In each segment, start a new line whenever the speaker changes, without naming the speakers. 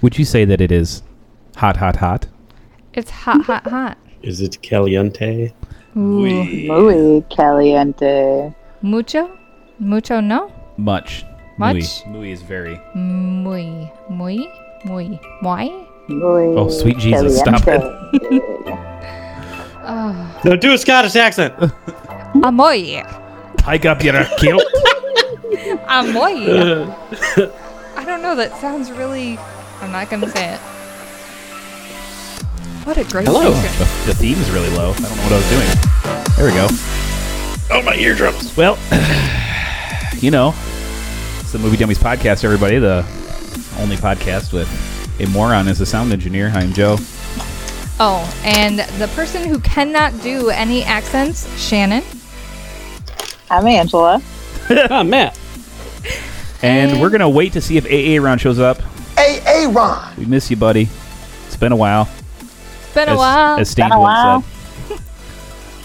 Would you say that it is hot, hot, hot?
It's hot, hot, hot.
Is it caliente?
Ooh.
Muy caliente.
Mucho? Mucho no?
Much.
Much?
Muy. Muy is very.
Muy. Muy. Muy. Why?
Muy
Oh, sweet Jesus, stop
it.
Oh.
No, do a Scottish accent.
Amoy.
Pike up your kilt.
Amoy. I don't know. That sounds really. I'm not going to say it. What a great
Hello.
station.
The, the theme's really low. I don't know what I was doing. There we go.
oh, my eardrums.
Well, you know, it's the Movie Dummies podcast, everybody. The only podcast with a moron as a sound engineer. Hi, I'm Joe.
Oh, and the person who cannot do any accents, Shannon.
I'm Angela.
Ah, Matt.
And we're going to wait to see if AA Ron shows up.
AA Ron.
We miss you, buddy. It's been a while.
It's been a
as,
while.
As Steve
Been a
once said.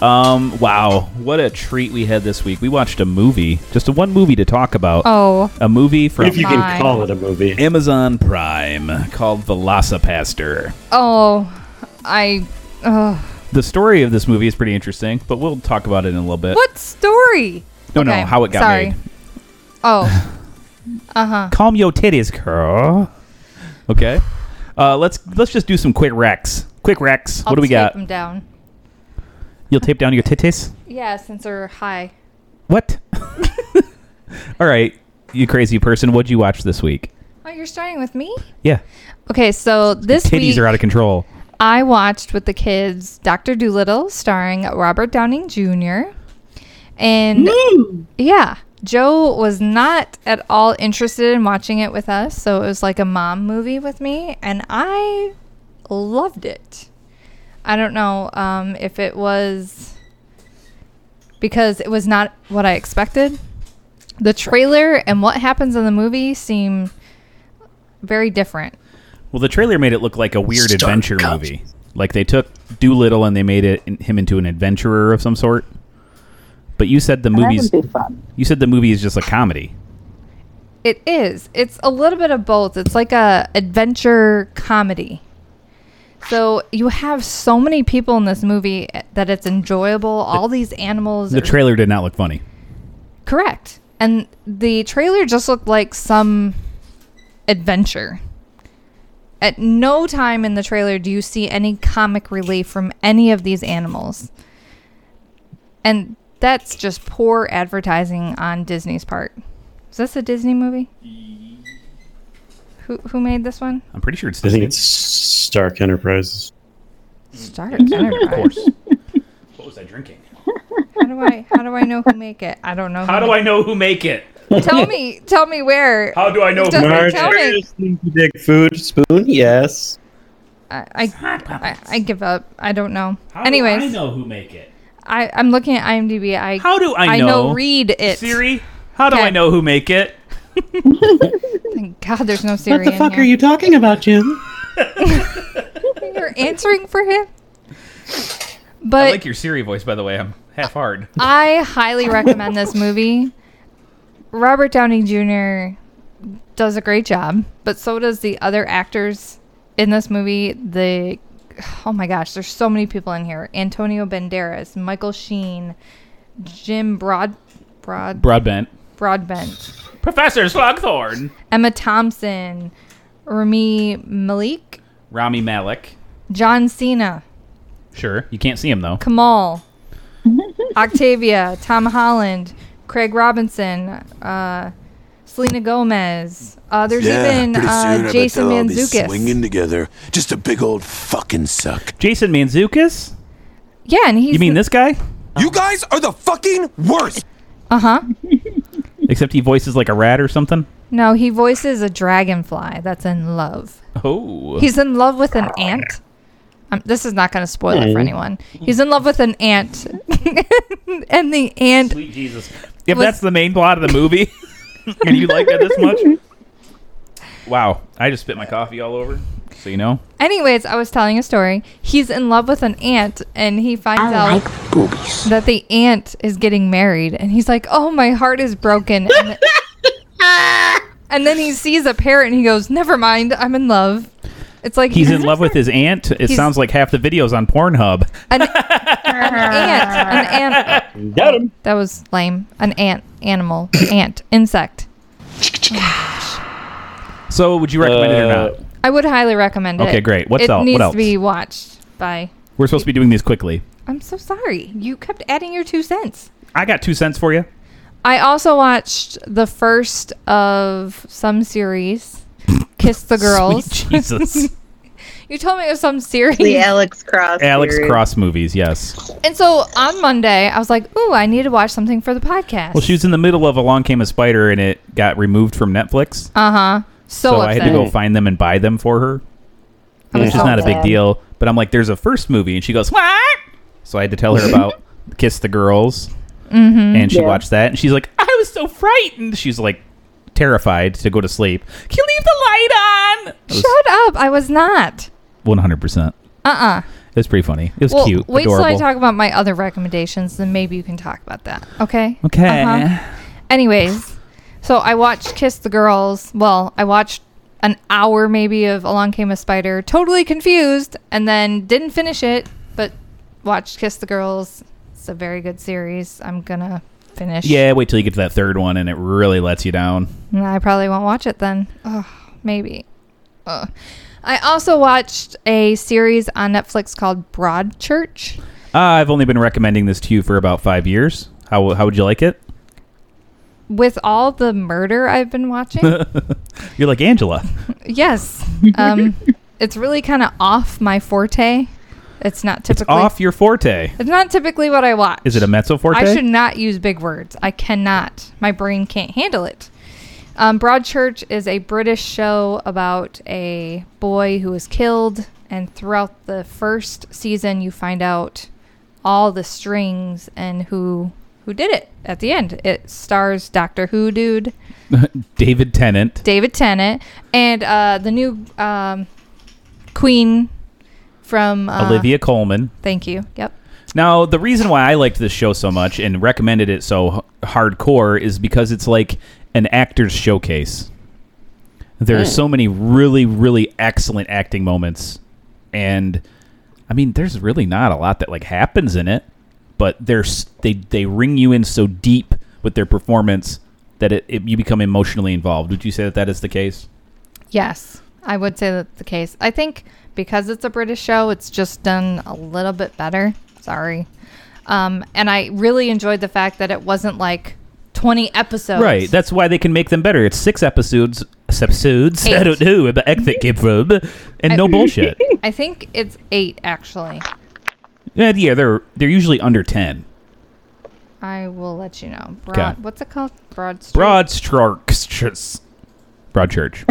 Um, wow. What a treat we had this week. We watched a movie, just a one movie to talk about.
oh,
A movie from
If you
My.
can call it a movie.
Amazon Prime called Velocipaster.
oh, I. Oh.
The story of this movie is pretty interesting, but we'll talk about it in a little bit.
What story?
No,
Okay,
no, how it got
sorry.
made.
Oh,
Calm your titties, girl. Okay. Uh, let's let's just do some quick recs. Quick recs.
I'll
what do we
tape
got?
them down.
You'll tape down your titties.
Yeah, since they're high.
What? All right, you crazy person. What'd you watch this week?
Oh, you're starting with me?
Yeah,
Okay, so this
titties
week
are out of control.
I watched with the kids Dr. Doolittle starring Robert Downing Jr. And yeah, Joe was not at all interested in watching it with us, so it was like a mom movie with me, and I loved it. I don't know um, if it was because it was not what I expected. The trailer and what happens in the movie seem very different.
Well, the trailer made it look like a weird
Start
adventure
cut.
movie. Like they took Doolittle and they made it him into an adventurer of some sort. But you said the
That
movies.
would be fun.
You said the movie is just a comedy.
It is. It's a little bit of both. It's like a adventure comedy. So you have so many people in this movie that it's enjoyable. All these animals.
The
are
trailer did not look funny.
correct. And the trailer just looked like some adventure. At no time in the trailer do you see any comic relief from any of these animals. And that's just poor advertising on Disney's part. Is this a Disney movie? Who who made this one?
I'm pretty sure it's
I
Disney.
think it's Stark Enterprises.
Stark Enterprise.
What was I drinking?
How do I how do I know who make it? I don't know.
How do I know who make it?
Tell me tell me where.
How do I know?
Doesn't
who
Mar-
make
Marge, tell me.
Big food spoon. Yes.
I I, I I give up. I don't know.
How
Anyways,
do I know who make it?
I, I'm looking at IMDb. I
How do I
I
know?
know read it.
Siri, how do
Okay.
I know who make it?
Thank God, there's no Siri. in here.
talking about, Jim?
You're answering for him.
I
But
like your Siri voice, by the way. I'm half hard.
I highly recommend this movie. Robert Downey Jr. does a great job, but so does the other actors in this movie. The oh my gosh, there's so many people in here: Antonio Banderas, Michael Sheen, Jim Broad, Broad
Broadbent.
Broadbent,
Professor Slugthorn.
Emma Thompson, Rami Malik,
Rami Malek.
John Cena,
Sure. You can't see him though.
Kamal, Octavia, Tom Holland, Craig Robinson, uh, Selena Gomez. Uh, there's even
pretty soon I
uh,
bet
Jason
they'll all be swinging
Manzukis.
together, just a big old fucking suck.
Jason Manzukis?
Yeah, and he's
You mean this guy?
You guys are the fucking worst.
Uh huh.
Except he voices like a rat or something.
No, he voices a dragonfly that's in love.
Oh.
He's in love with an ant. Um, this is not going to spoil it for anyone. He's in love with an ant, and the ant
Sweet Jesus. If
Was-
that's the main plot of the movie, and you like that this much. Wow. I just spit my coffee all over. So you know.
Anyways, I was telling a story. He's in love with an ant, and he finds out that the ant is getting married, and he's like, "Oh, my heart is broken." And, And then he sees a parrot and he goes, "Never mind, I'm in love." It's like
He's in love with his aunt. It
He's-
sounds like half the videos on Pornhub.
ant, an ant.
Got him.
That was lame. An ant, animal, ant, insect.
So, would you recommend it or
Uh,
not?
I would highly recommend it.
Okay, great. What's
it
el- what
needs
else?
to be watched by.
We're supposed to be doing these quickly.
I'm so sorry. You kept adding your two cents.
I got two cents for you.
I also watched the first of some series, Kiss the Girls.
Sweet Jesus.
You told me it was some series.
The Alex Cross.
Alex
series.
Cross movies, yes.
And so on Monday, I was like, ooh, I need to watch something for the podcast.
Well, she was in the middle of Along Came a Spider and it got removed from Netflix.
Uh huh. So,
so
upset.
I had to go find them and buy them for her,
I was
which is not a big
sad.
deal. But I'm like, there's a first movie. And she goes, what? So I had to tell her about Kiss the Girls.
Mm-hmm.
And she
Yeah.
watched that. And she's like, I was so frightened. She's like, terrified to go to sleep. Can you leave the light on? It was
Shut up. I was not.
100%.
Uh uh
It was pretty funny. It was
Well,
cute.
wait
adorable.
till I talk about my other recommendations, then maybe you can talk about that. Okay.
Okay.
Uh-huh. Anyways, so I watched Kiss the Girls. Well, I watched an hour maybe of Along Came a Spider, totally confused, and then didn't finish it, but watched Kiss the Girls. It's a very good series. I'm gonna finish.
Yeah, wait till you get to that third one and it really lets you down.
And I probably won't watch it then. Ugh, maybe. Ugh. I also watched a series on Netflix called Broadchurch.
Uh, I've only been recommending this to you for about five years. How, how would you like it?
With all the murder I've been watching,
You're like Angela.
Yes. Um, it's really kind of off my forte. It's not
It's
typically
off your forte.
It's not typically what I watch.
Is it a mezzo forte?
I should not use big words. I cannot. My brain can't handle it. Um, Broadchurch is a British show about a boy who was killed, and throughout the first season, you find out all the strings and who who did it. At the end, it stars Doctor Who dude.
David Tennant.
David Tennant, and uh, the new um, Queen from uh,
Olivia Coleman.
Thank you. Yep.
Now, the reason why I liked this show so much and recommended it so h- hardcore is because it's like an actor's showcase. There are
Hmm.
so many really, really excellent acting moments, and I mean, there's really not a lot that like happens in it, but there's they they ring you in so deep with their performance that it, it you become emotionally involved. Would you say that that is the case?
Yes, I would say that's the case. I think because it's a British show, it's just done a little bit better. Sorry. Um, and I really enjoyed the fact that it wasn't like 20 episodes.
Right. That's why they can make them better. It's six episodes. Episodes. I
Eight.
don't know about ethnic and no bullshit.
I think it's eight, actually.
Yeah, yeah, they're they're usually under ten.
I will let you know. Broad,
Okay.
What's it called? Broad Street?
Broad strokes, broad church.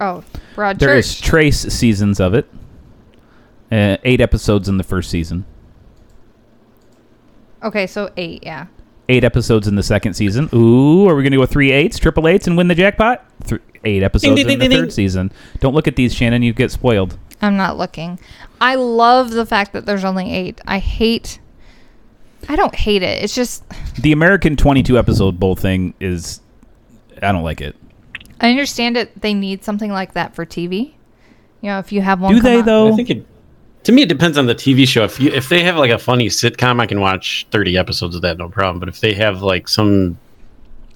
Oh, Broad
There is
Church.
trace seasons of it. Uh, eight episodes in the first season.
okay, so eight, yeah.
Eight episodes in the second season. Ooh, are we gonna go three eights, triple eights, and win the jackpot? Thr eight episodes
ding,
in
ding,
the
ding,
third
ding.
season. Don't look at these, Shannon. You get spoiled.
I'm not looking. I love the fact that there's only eight. I hate. I don't hate it. It's just
The American twenty-two episode bowl thing is, I don't like it.
I understand it. They need something like that for TV. You know, if you have one.
Do
come
they
out-
though?
I think it. To me, it depends on the TV show. If you, if they have like a funny sitcom, I can watch thirty episodes of that, no problem. But if they have like some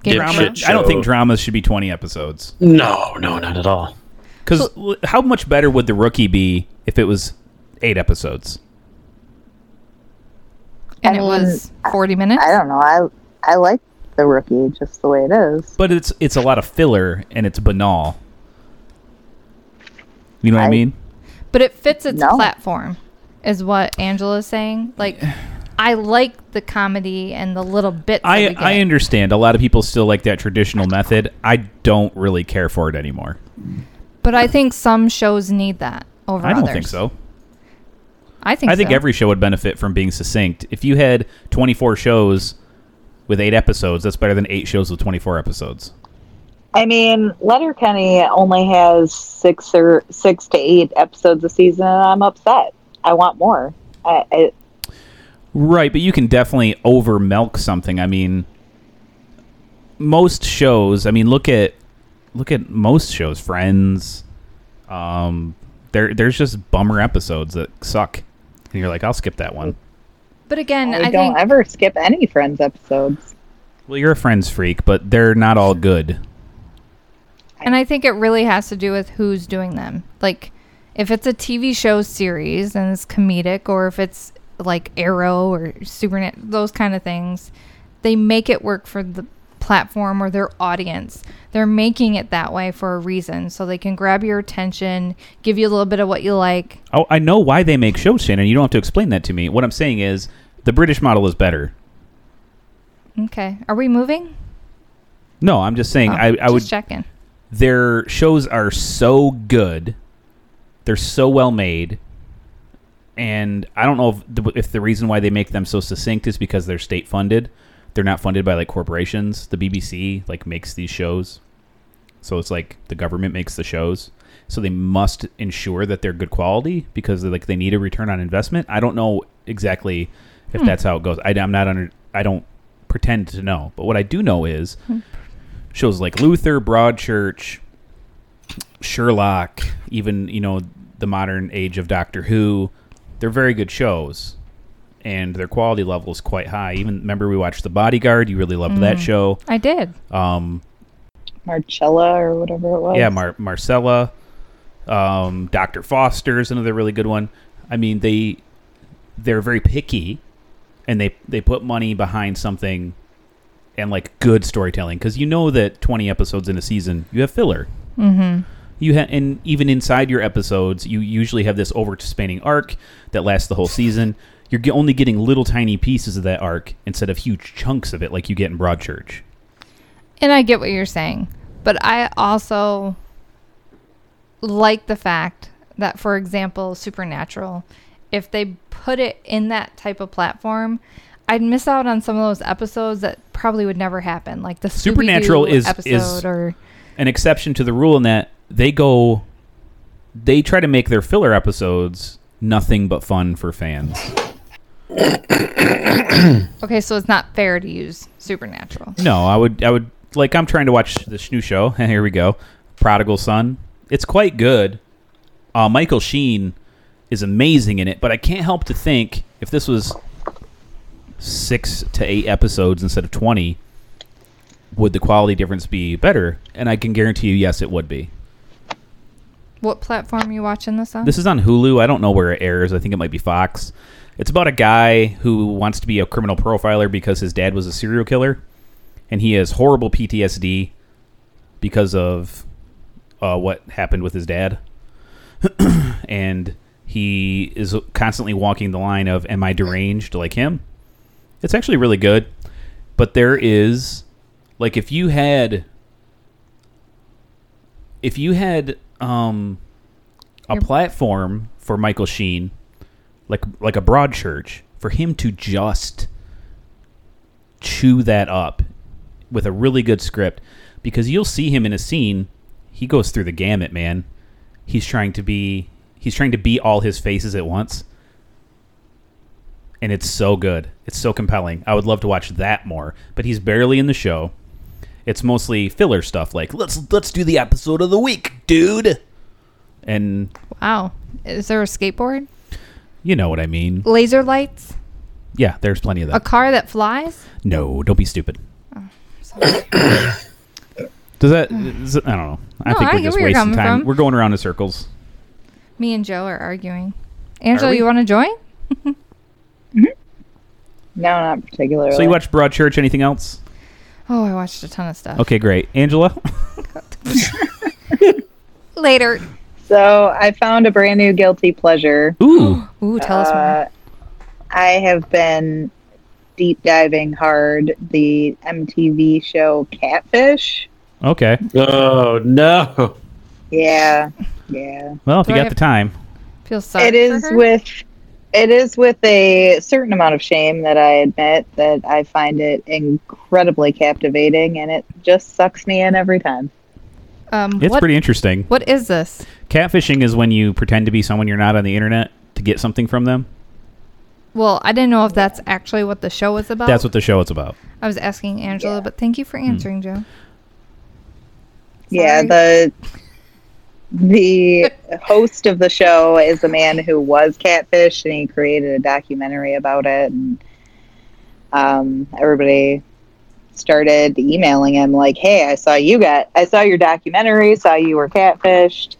Game of
Dipshit
Thrones?
show.
I don't think dramas should be twenty episodes.
no, no, not at all.
Because how much better would the rookie be if it was eight episodes?
and
I
it
mean,
was 40 minutes.
I don't know. I I like the rookie just the way it is.
But it's it's a lot of filler and it's banal. You know what I,
I-
mean?
but it fits its
No.
platform, is what Angela's saying. Like, I like the comedy and the little bits. that
I
we
I
get.
understand a lot of people still like that traditional method. I don't really care for it anymore.
but I think some shows need that over
I don't
others.
think so.
I think.
I think
so.
every show would benefit from being succinct. If you had 24 shows with 8 episodes, that's better than 8 shows with 24 episodes.
I mean, Letterkenny only has six or six to eight episodes a season, and I'm upset. I want more. I, I,
Right, but you can definitely over milk something. I mean, most shows. I mean, look at look at most shows, Friends. Um, there there's just bummer episodes that suck, and you're like, I'll skip that one.
But again,
I,
I,
don't
think
ever skip any Friends episodes.
Well, you're a Friends freak, but they're not all good.
and I think it really has to do with who's doing them. Like if it's a TV show series and it's comedic or if it's like Arrow or Supernatural those kind of things, they make it work for the platform or their audience. They're making it that way for a reason so they can grab your attention, give you a little bit of what you like.
Oh, I know why they make shows, Shannon. You don't have to explain that to me. What I'm saying is the British model is better.
Okay. Are we moving?
No, I'm just saying
Oh,
I, I
just
would
checking.
their shows are so good. They're so well made. And I don't know if the, if the reason why they make them so succinct is because they're state funded. They're not funded by like corporations. The BBC like makes these shows. So it's like the government makes the shows. So they must ensure that they're good quality because they're, like they need a return on investment. I don't know exactly if that's how it goes. I, am not under I don't pretend to know. But what I do know is shows like Luther, Broadchurch, Sherlock, even you know the modern age of Doctor Who, they're very good shows, and their quality level is quite high. Even remember we watched The Bodyguard. You really loved that show.
I did.
Um,
Marcella or whatever it was.
yeah, Mar- Marcella, um, Doctor Foster is another really good one. I mean they they're very picky, and they they put money behind something. And like good storytelling, because you know that twenty episodes in a season, you have filler. you ha- and even inside your episodes you usually have this overspanning arc that lasts the whole season you're ge- only getting little tiny pieces of that arc instead of huge chunks of it like you get in broadchurch
And I get what you're saying, but I also like the fact that, for example, Supernatural, if they put it in that type of platform, I'd miss out on some of those episodes that probably would never happen, like the
Supernatural
Scooby-Doo
is-
episode
is-
or
an exception to the rule in that they go they try to make their filler episodes nothing but fun for fans
okay, so it's not fair to use Supernatural.
No, I would. I would like. I'm trying to watch this new show. Here we go, Prodigal Son. It's quite good. Uh, Michael Sheen is amazing in it, but I can't help to think if this was six to eight episodes instead of twenty, would the quality difference be better? And I can guarantee you, yes, it would be.
What platform are you watching this on?
This is on Hulu. I don't know where it airs. I think it might be Fox. It's about a guy who wants to be a criminal profiler because his dad was a serial killer, and he has horrible PTSD because of uh, what happened with his dad. and he is constantly walking the line of "Am I deranged like him?" It's actually really good, but there is like if you had if you had um a platform for Michael Sheen, like like a broad church, for him to just chew that up with a really good script, because you'll see him in a scene, he goes through the gamut, man. He's trying to be he's trying to be all his faces at once. And it's so good. It's so compelling. I would love to watch that more. But he's barely in the show. It's mostly filler stuff like let's let's do the episode of the week, dude. And
wow, is there a skateboard,
you know what I mean.
laser lights,
Yeah, there's plenty of
a
that.
car that flies?
No, don't be stupid.
Oh,
Does that? Is, I don't know. I
No,
think
I
we're
get
just
where you're
wasting
coming
time.
from.
We're going around in circles.
Me and Joe are arguing. Angela,
we?
you want to join?
No, not particularly.
So you watch Broadchurch? Anything else?
Oh, I watched a ton of stuff.
Okay, great. Angela,
Later.
So I found a brand new guilty pleasure.
ooh,
Ooh, tell us more.
Uh, I have been deep diving hard the MTV show Catfish.
okay.
Oh no!
Yeah, yeah.
Well, if
Do
you
I
got
have-
the time,
Feel sorry.
it is
for her?
with it is with a certain amount of shame that I admit that I find it incredibly captivating, and it just sucks me in every time.
Um,
it's
what,
pretty interesting.
what is this?
Catfishing is when you pretend to be someone you're not on the internet to get something from them.
Well, I didn't know if that's actually what the show was about.
That's what the show is about. Hmm.
I was asking Angela, but thank you for answering, Joe.
Yeah,
Sorry.
the the host of the show is a man who was catfish, and he created a documentary about it. And um, everybody started emailing him like, "Hey, I saw you got, I saw your documentary, saw you were catfished.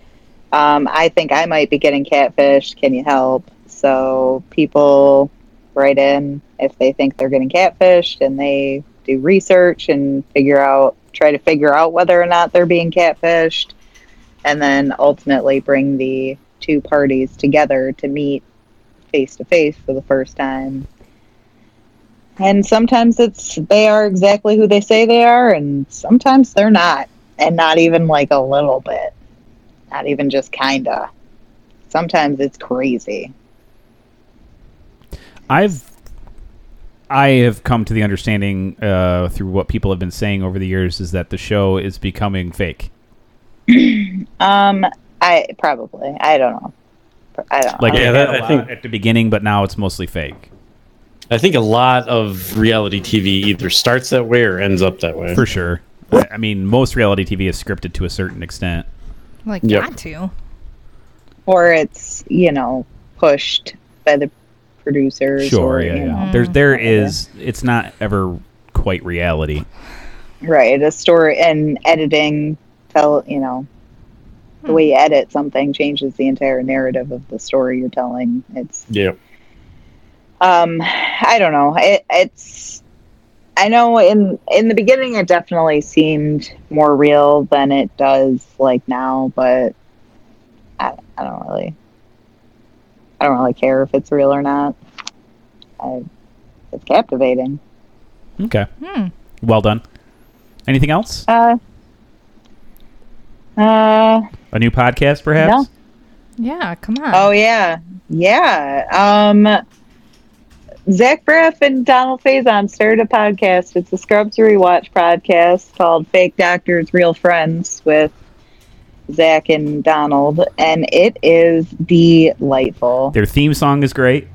Um, I think I might be getting catfished. Can you help?" So people write in if they think they're getting catfished, and they do research and figure out, try to figure out whether or not they're being catfished and then ultimately bring the two parties together to meet face to face for the first time. And sometimes it's they are exactly who they say they are, and sometimes they're not, and not even like a little bit, not even just kinda. Sometimes it's crazy.
I've I have come to the understanding uh, through what people have been saying over the years is that the show is becoming fake.
Um, I probably I don't know, I don't
Like
know.
it
Yeah,
had
that-
a
I
lot
think-
at the beginning, but now it's mostly fake
I think a lot of reality TV either starts that way or ends up that way.
for sure. I I mean, most reality TV is scripted to a certain extent.
Like
Yep.
got to.
or it's you know pushed by the producers.
Sure,
or,
yeah,
you know.
yeah. There's there is it's not ever quite reality.
right a story and editing tell you know the way you edit something changes the entire narrative of the story you're telling it's
Yeah.
um i don't know it, it's i know in in the beginning it definitely seemed more real than it does like now but i, I don't really i don't really care if it's real or not I, it's captivating
Okay.
Hmm.
Well done. Anything else?
uh uh
A new podcast, perhaps?
No.
Yeah, come on.
Oh yeah, yeah. Um, Zach Braff and Donald Faison started a podcast. It's a Scrubs rewatch podcast called "Fake Doctors, Real Friends" with Zach and Donald, and it is delightful.
Their theme song is great.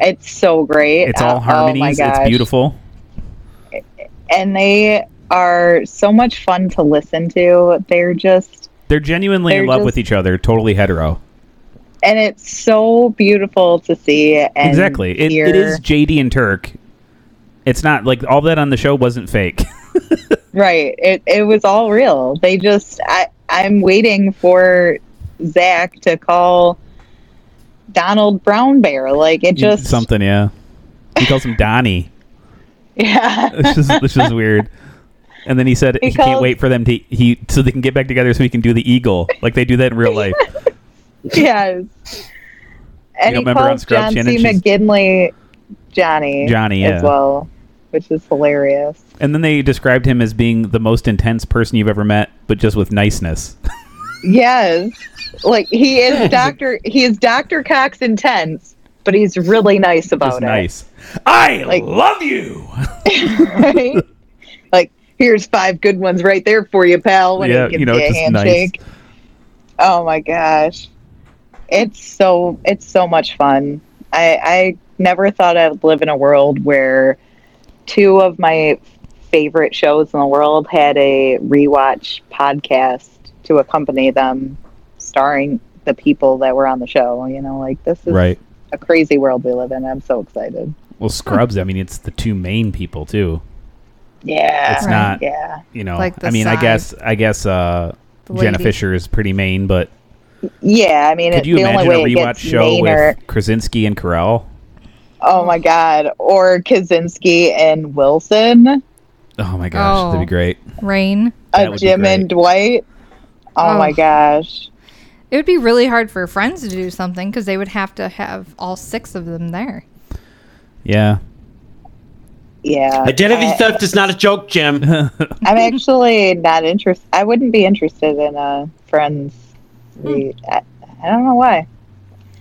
It's so great.
It's
Uh,
all
Oh my
harmonies. it's
gosh.
beautiful.
and they are so much fun to listen to. They're just
They're genuinely in
They're
love
just-
with each other, totally hetero.
and it's so beautiful to see. And
exactly. It,
hear.
it is JD and Turk. It's not like all that on the show wasn't fake.
Right. It it was all real. They just I I'm waiting for Zach to call Donald Brown Bear. Like it just
something, yeah. He calls him Donnie.
Yeah.
It's just, it's just weird. And then he said he,
He
can't
calls-
wait for them to he so they can get back together so he can do the eagle like they do that in real life.
yes. And
You don't
he
remember on
calls
Scrubs,
John C.
Shannon? She's-
McGinley Johnny.
Johnny, yeah.
as well. Which is hilarious.
And then they described him as being the most intense person you've ever met, but just with niceness.
Yes. Like he is Doctor he is Doctor Cox intense, but he's really nice about
Just
it.
nice. I
Like-
love you.
right? like, here's five good ones right there for you, pal. When
Yeah,
he gives
you know,
you a
just nice.
handshake. Oh my gosh, it's so it's so much fun. I I never thought I'd live in a world where two of my favorite shows in the world had a rewatch podcast to accompany them, starring the people that were on the show. You know, like this is
Right.
a crazy world we live in. I'm so excited.
Well, Scrubs. I mean, it's the two main people too.
Yeah,
It's
Right.
not.
yeah.
You know.
Like the
I mean, I
side.
guess. I guess. Uh,
The
Jenna
lady.
Fisher is pretty main, but
Yeah, I mean,
could
it,
you
the only
imagine a
way it
rewatch
gets
show
Mainer.
with Krasinski and Carell?
Oh my God, or Kaczynski and Wilson,
Oh my gosh,
Oh.
that'd be great.
Rain.
That
uh,
would be
Jim and Dwight. Oh,
Oh.
my gosh,
It would be really hard for friends to do something because they would have to have all six of them there.
Yeah.
yeah.
Identity
Uh,
theft is not a joke, Jim.
I, am actually not interested. I wouldn't be interested in uh, Friends. re- I, I don't know why.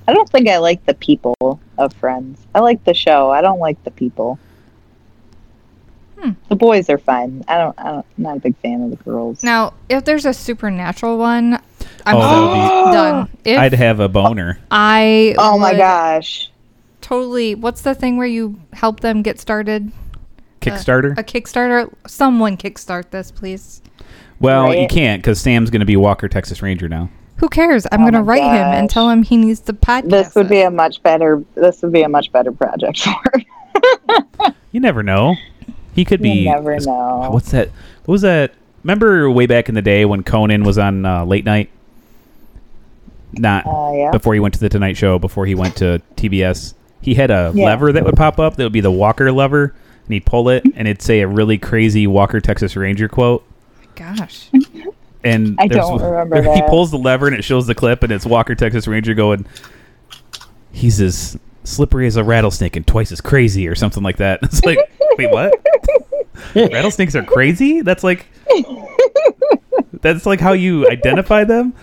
I don't think I like the people of Friends. I like the show. I don't like the people. The boys are fine. I don't. I don't I'm not a big fan of the girls.
Now, if there's a supernatural one, I'm
Oh, that would
done.
be.
If
I'd have a boner.
I
oh my
would
gosh.
totally. What's the thing where you help them get started?
Kickstarter?
Uh, a Kickstarter. Someone kickstart this, please.
well, you
Right.
can't because Sam's going to be Walker Texas Ranger now.
Who cares? I'm
Oh
gonna
my
write him and
gosh.
tell him he needs to podcast.
This would be
it.
a much better. This would be a much better project for. her.
You never know. He could be.
you never know.
What's that? What was that? Remember way back in the day when Conan was on uh, late night? Not
Uh, yeah.
before he went to the Tonight Show. Before he went to TBS, he had a
Yeah.
lever that would pop up. That would be the Walker lever, and he'd pull it, and it'd say a really crazy Walker Texas Ranger quote.
gosh.
And
I
there's-
don't remember
He
that.
pulls the lever, and it shows the clip, and it's Walker Texas Ranger going. He's as slippery as a rattlesnake and twice as crazy, or something like that. It's like, wait, what? rattlesnakes are crazy that's like that's like how you identify them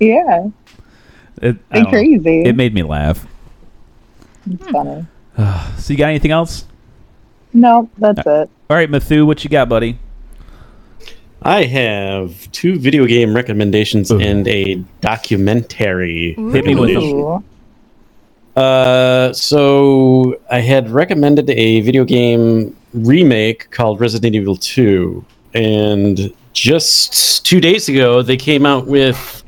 Yeah,
it, I
They're
don't know.
crazy.
it made me laugh
it's funny.
so you got anything else
No, that's it.
all right mathu what you got buddy
I have two video game recommendations
Ooh.
and a documentary.
hit me with them
Ooh.
Uh, so I had recommended a video game remake called Resident Evil 2, and just two days ago they came out with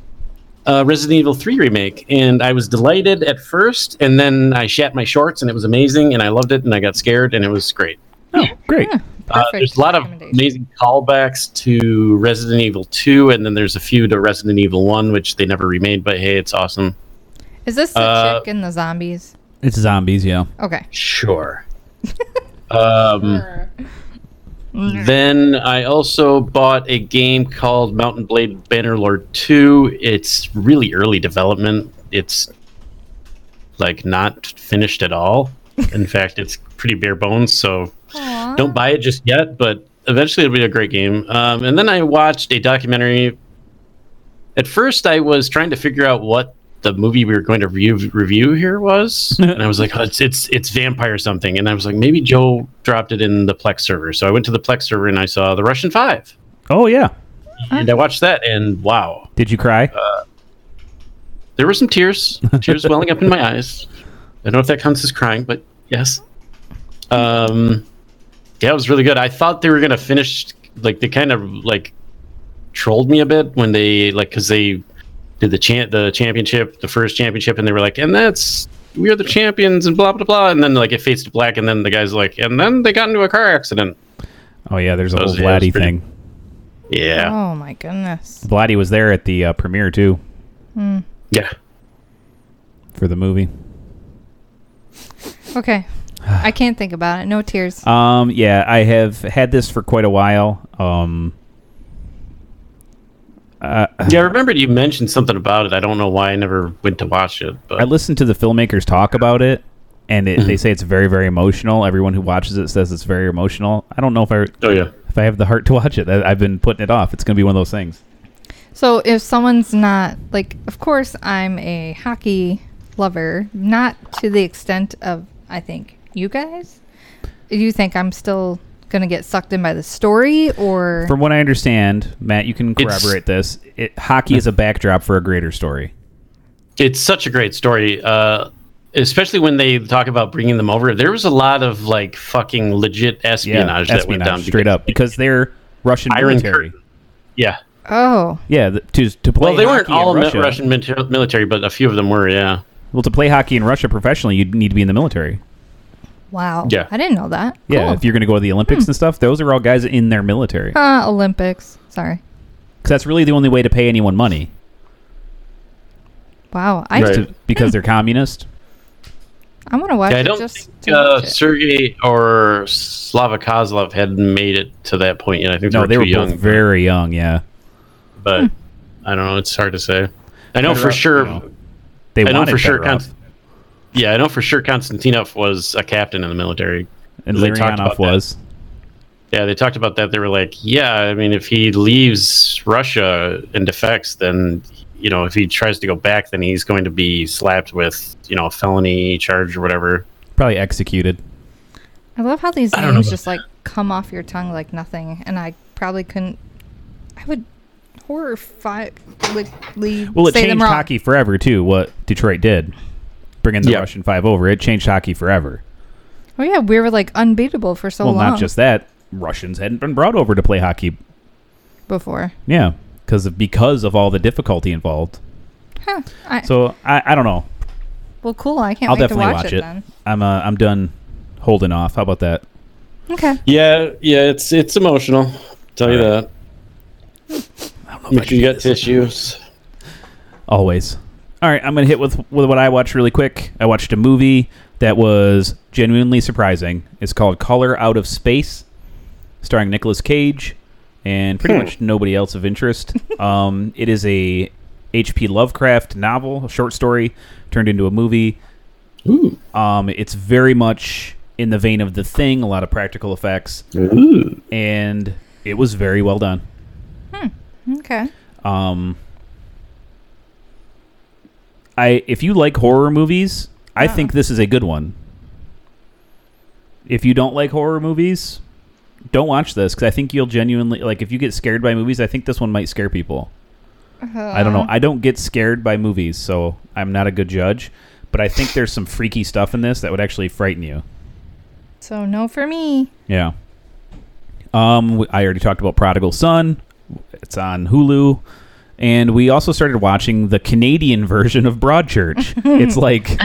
a Resident Evil 3 remake, and I was delighted at first, and then I shat my shorts, and it was amazing, and I loved it, and I got scared, and it was great.
oh great
Uh,
Perfect
there's a lot of
recommendation.
amazing callbacks to Resident Evil 2, and then there's a few to Resident Evil 1, which they never remade, but hey, it's awesome.
Is this the
Uh,
chick and the zombies?
it's zombies yeah
Okay.
Sure. um, then I also bought a game called Mountain Blade Bannerlord 2. It's really early development. It's like not finished at all. In fact, it's pretty bare bones, so
Aw.
don't buy it just yet, but eventually it'll be a great game. Um, and then I watched a documentary. At first, I was trying to figure out what the movie we were going to review, review here was, and I was like, oh, it's it's it's vampire something, and I was like, maybe Joe dropped it in the Plex server. So I went to the Plex server and I saw the Russian Five,
oh yeah
and I watched that, and wow,
did you cry
there were some tears, tears welling up in my eyes. I don't know if that counts as crying, but yes. Um, yeah, it was really good. I thought they were gonna finish like they kind of like trolled me a bit when they like because they did the chant the championship, the first championship, and they were like, and that's we are the champions and blah blah blah, and then like it fades to black, and then the guys like, and then they got into a car accident.
oh yeah there's a
Those
whole
videos
vladdy
pretty-
thing
Yeah,
Oh my goodness.
vladdy was there at the uh, premiere too
yeah.
for the movie
Okay. I can't think about it. No tears.
Uh,
Um, yeah, I have had this for quite a while. Um,
Yeah, I remembered you mentioned something about it. I don't know why I never went to watch it, but
I listened to the filmmakers talk about it, and it,
Mm-hmm.
they say it's very, very emotional. Everyone who watches it says it's very emotional. I don't know if I
oh yeah.
if I have the heart to watch it. I, I've been putting it off. It's gonna be one of those things.
So if someone's not like, of course I'm a hockey lover, not to the extent of I think you guys. You think I'm still gonna get sucked in by the story, or
From what I understand, Matt, you can
It's-
corroborate this. It, hockey is a backdrop for a greater story.
it's such a great story uh especially when they talk about bringing them over there was a lot of like fucking legit espionage that went
espionage,
down
straight up because they're Russian
Iron
military.
Curtain. yeah
oh,
Yeah, th- to to play.
well they weren't
hockey in
all mi-
Russia-
russian mil- military but a few of them were yeah
Well, to play hockey in Russia professionally, you'd need to be in the military.
wow,
Yeah.
I didn't know that.
Yeah,
Cool. Hmm.
if you're going to go to the Olympics and stuff, those are all guys in their military. 'Cause
uh, Olympics. Sorry,
that's really the only way to pay anyone money
wow, I
Right.
to-
Hmm.
because they're communist.
I want to watch.
Yeah, i
it
don't
just
think
to
uh,
watch it.
sergey or slava kozlov had made it to that point yet i think
No, they
too
were both
young
very young. Yeah,
Hmm.
but I don't know. It's hard to say. I know
Better
for
off,
sure.
you know. they
I know
wanted
for sure.
Fedorov,
Const- yeah, I know for sure. Konstantinov was a captain in the military.
and
they talked
Larionov
about
was.
Yeah, they talked about that. They were like, yeah, I mean, if he leaves Russia and defects, then, you know, if he tries to go back, then he's going to be slapped with, you know, a felony charge or whatever.
Probably executed.
I love how these
I don't know
names
about
just like come off your tongue like nothing, and I probably couldn't. I would horrifically
Well, it
say them
changed
wrong.
hockey forever too. What Detroit did, bringing the
Yeah.
Russian Five over, it changed hockey forever.
Oh yeah, we were like unbeatable for so
well,
long
not just that. Russians hadn't been brought over to play hockey.
before.
Yeah, because of, because of all the difficulty involved.
Huh. I,
So I, I don't know.
well, cool. I can't
I'll
wait to
definitely
watch,
watch
it,
it.
then.
I'm uh, I'm done holding off. How about that?
Okay.
Yeah, yeah, it's it's emotional. Tell you that.
I don't know if I
Make
can
sure you
do
got
this.
tissues.
Always. All right, I'm gonna hit with with what I watched really quick. I watched a movie that was genuinely surprising. It's called Color Out of Space, starring Nicolas Cage and pretty
Hmm.
much nobody else of interest. um, it is a H.P. Lovecraft novel, a short story turned into a movie.
Ooh.
Um, it's very much in the vein of The Thing, a lot of practical effects,
Ooh.
and it was very well done.
Okay.
Um, I if you like horror movies, I think this is a good one. If you don't like horror movies, don't watch this because I think you'll genuinely like. If you get scared by movies, I think this one might scare people. I don't know. I don't get scared by movies, so I'm not a good judge. But I think there's some freaky stuff in this that would actually frighten you.
Uh, So no for me.
Yeah. Um, we- I already talked about Prodigal Son. It's on Hulu, and we also started watching the Canadian version of Broadchurch. it's like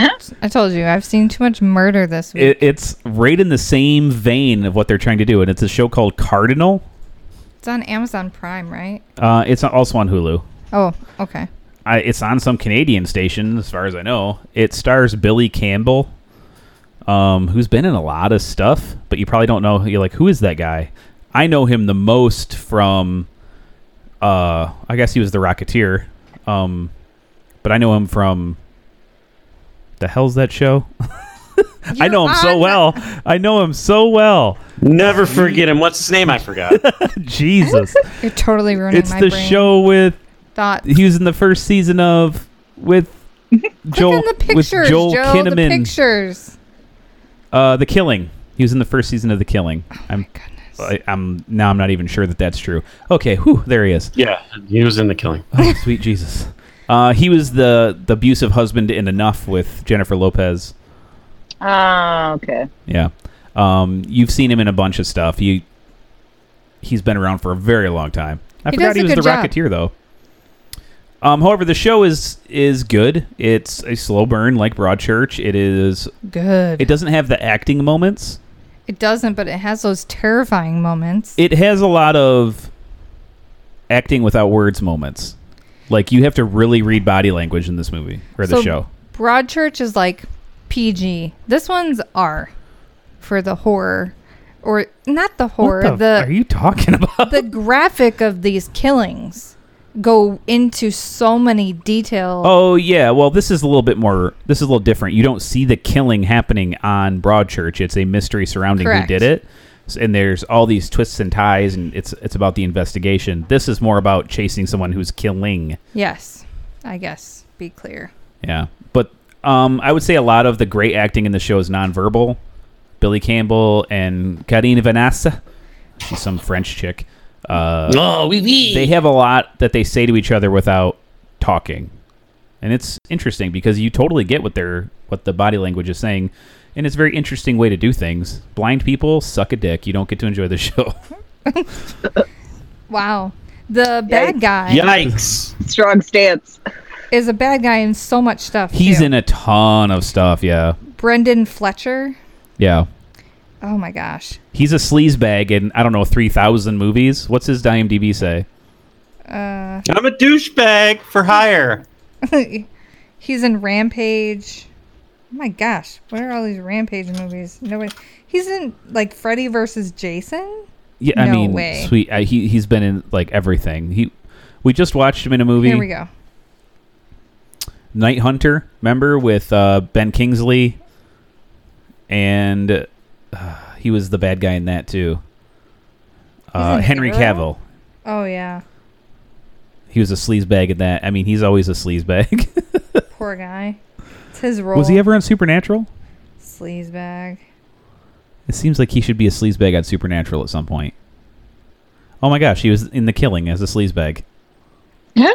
I told you I've seen too much murder this week.
it, it's right in the same vein of what they're trying to do, and it's a show called Cardinal.
it's on Amazon Prime, right?
Uh, it's also on Hulu.
Oh, okay.
I, it's on some Canadian station, as far as I know. It stars Billy Campbell, um, who's been in a lot of stuff, but you probably don't know. You're like, who is that guy? I know him the most from, uh, I guess he was the Rocketeer, um, but I know him from. The hell's that show? I know him so well. I know him so well.
Never forget him. What's his name? I forgot.
Jesus,
You're totally ruining
it's
my
the
brain.
show with
Thought.
he was in the first season of with Joel
Look in the
with
pictures,
Joel
Joe, The
Kinnaman.
pictures.
uh, the Killing. He was in the first season of The Killing.
Oh
I'm
Goodness.
I, I'm now I'm not even sure that that's true. Okay, whew, there he is.
yeah, he was in the killing.
Oh, sweet Jesus. Uh, he was the the abusive husband in Enough with Jennifer Lopez.
Oh, okay.
Yeah. Um, you've seen him in a bunch of stuff. He he's been around for a very long time. I
He
forgot
does
he
a
was the
good job.
Rocketeer though. Um, however, the show is is good. It's a slow burn like Broadchurch. It is.
Good.
It doesn't have the acting moments.
It doesn't, but it has those terrifying moments.
It has a lot of acting without words moments. Like you have to really read body language in this movie or the
So,
show.
Broadchurch is like PG. This one's R for the horror, or not the horror.
what the f- are
the
you talking about?
the graphic of these killings go into so many detail.
Oh yeah, well this is a little bit more. This is a little different. You don't see the killing happening on Broadchurch. It's a mystery surrounding
Correct.
who did it, S- and there's all these twists and ties, and it's it's about the investigation. This is more about chasing someone who's killing.
Yes, I guess be clear.
Yeah, but um, I would say a lot of the great acting in the show is nonverbal. Billy Campbell and Karine Vanassa, she's some French chick. Uh,
Oh, wee wee.
they have a lot that they say to each other without talking and it's interesting because you totally get what they're what the body language is saying and it's a very interesting way to do things blind people suck a dick you don't get to enjoy the show
Wow. The bad
Yikes.
guy
Yikes.
Strong stance.
is a bad guy in so much stuff.
he's
too.
in a ton of stuff yeah
Brendan Fletcher.
yeah
Oh my gosh.
he's a sleaze bag in i don't know 3000 movies what's his imdb say
Uh,
I'm a douchebag for hire.
he's in Rampage. Oh my gosh, what are all these Rampage movies? Nobody. He's in like Freddy versus Jason.
yeah i
No
mean
way.
sweet I, he, he's been in like everything he we just watched him in a movie
Here we go.
Night Hunter, remember with uh, Ben Kingsley, and uh, he was the bad guy in that too. Uh,
an
Henry
hero?
Cavill,
Oh yeah,
he was a sleazebag in that. I mean, he's always a sleazebag.
poor guy. It's his role.
was he ever on Supernatural?
sleazebag?
It seems like he should be a sleazebag on Supernatural at some point. Oh my gosh, he was in The Killing as a sleazebag.
Yeah.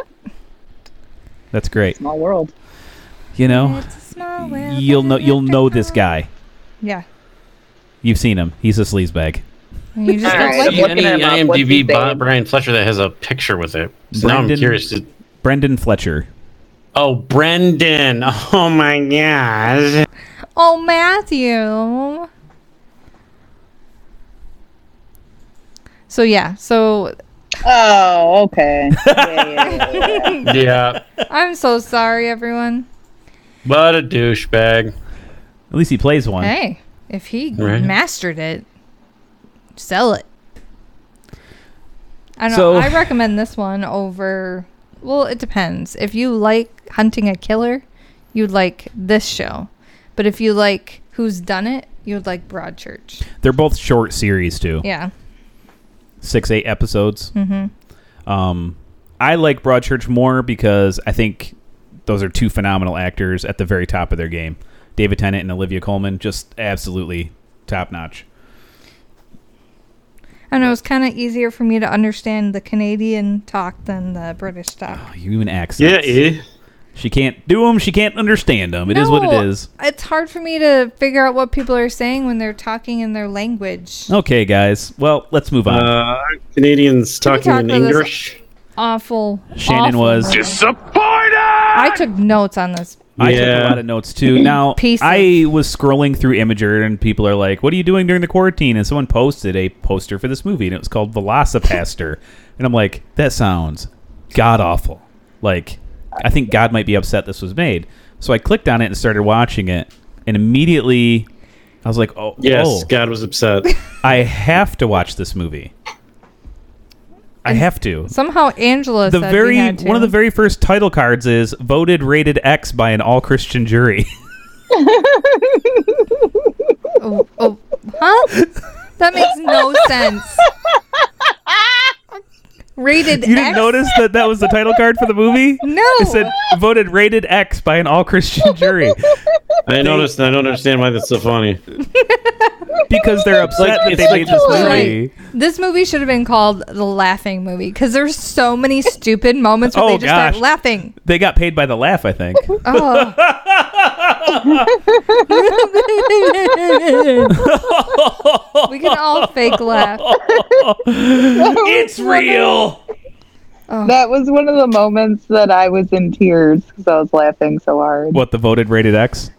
That's great.
Small world.
You know,
It's a small world,
Oh. you'll know
but
you'll know
after
this
all-
guy.
Yeah,
You've seen him. He's a sleazebag.
You just
All
don't
right.
like
I'm
See
it.
looking
any
him up. What's he
IMDb Bob
saying?
Brian Fletcher that has a picture with it. So now I'm
Brendan-
curious. To,
Brendan Fletcher.
oh, Brendan! Oh my gosh!
Oh, Matthew. So yeah, so
Oh, okay. Yeah, yeah, yeah, yeah.
Yeah,
I'm so sorry, everyone.
what a douchebag!
At least he plays one.
Hey, if he
Right.
mastered it, sell it. I don't
So-
know. I recommend this one over. Well, it depends. If you like hunting a killer, you'd like this show. But if you like Who's Done It, you'd like Broadchurch.
They're both short series too.
Yeah.
six eight episodes.
Mm-hmm.
Um, I like Broadchurch more because I think those are two phenomenal actors at the very top of their game. David Tennant and Olivia Colman, just absolutely top notch.
I know it was kind of easier for me to understand the Canadian talk than the British talk.
Human accents.
eh?
she can't do them. She can't understand them. It is what
No,
it is.
It's hard for me to figure out what people are saying when they're talking in their language.
Okay, guys. Well, let's move on.
Uh, Canadians
we
talking
talk
in
about this?
English.
Awful.
Shannon
awful
was-
movie. I took notes on this.
I took
Yeah.
a lot of notes too. Now,
Pieces.
I was scrolling through Imager, and people are like, "What are you doing during the quarantine?" And someone posted a poster for this movie, and it was called Velocipaster, and I'm like, "That sounds god awful." Like, I think God might be upset this was made. So I clicked on it and started watching it, and immediately I was like, "Oh,
Yes,
oh,
God was upset.
I have to watch this movie. I have to."
Somehow Angela
The
said
very
we had to.
one of the very first title cards is voted rated X by an all Christian jury.
oh, oh, huh? That makes no sense. Rated
You didn't
X?
notice that that was the title card for the movie?
No.
It said voted rated X by an all Christian jury
I noticed. and I don't understand why that's so funny.
because they're upset that
it's
they
like
made this
Like,
movie.
this movie should have been called the laughing movie because there's so many stupid moments where
Oh,
they just
gosh.
start laughing.
They got paid by the laugh, I think.
Oh. we can all fake laugh.
it's real.
That was one of the moments that I was in tears because I was laughing so hard.
What the voted rated X?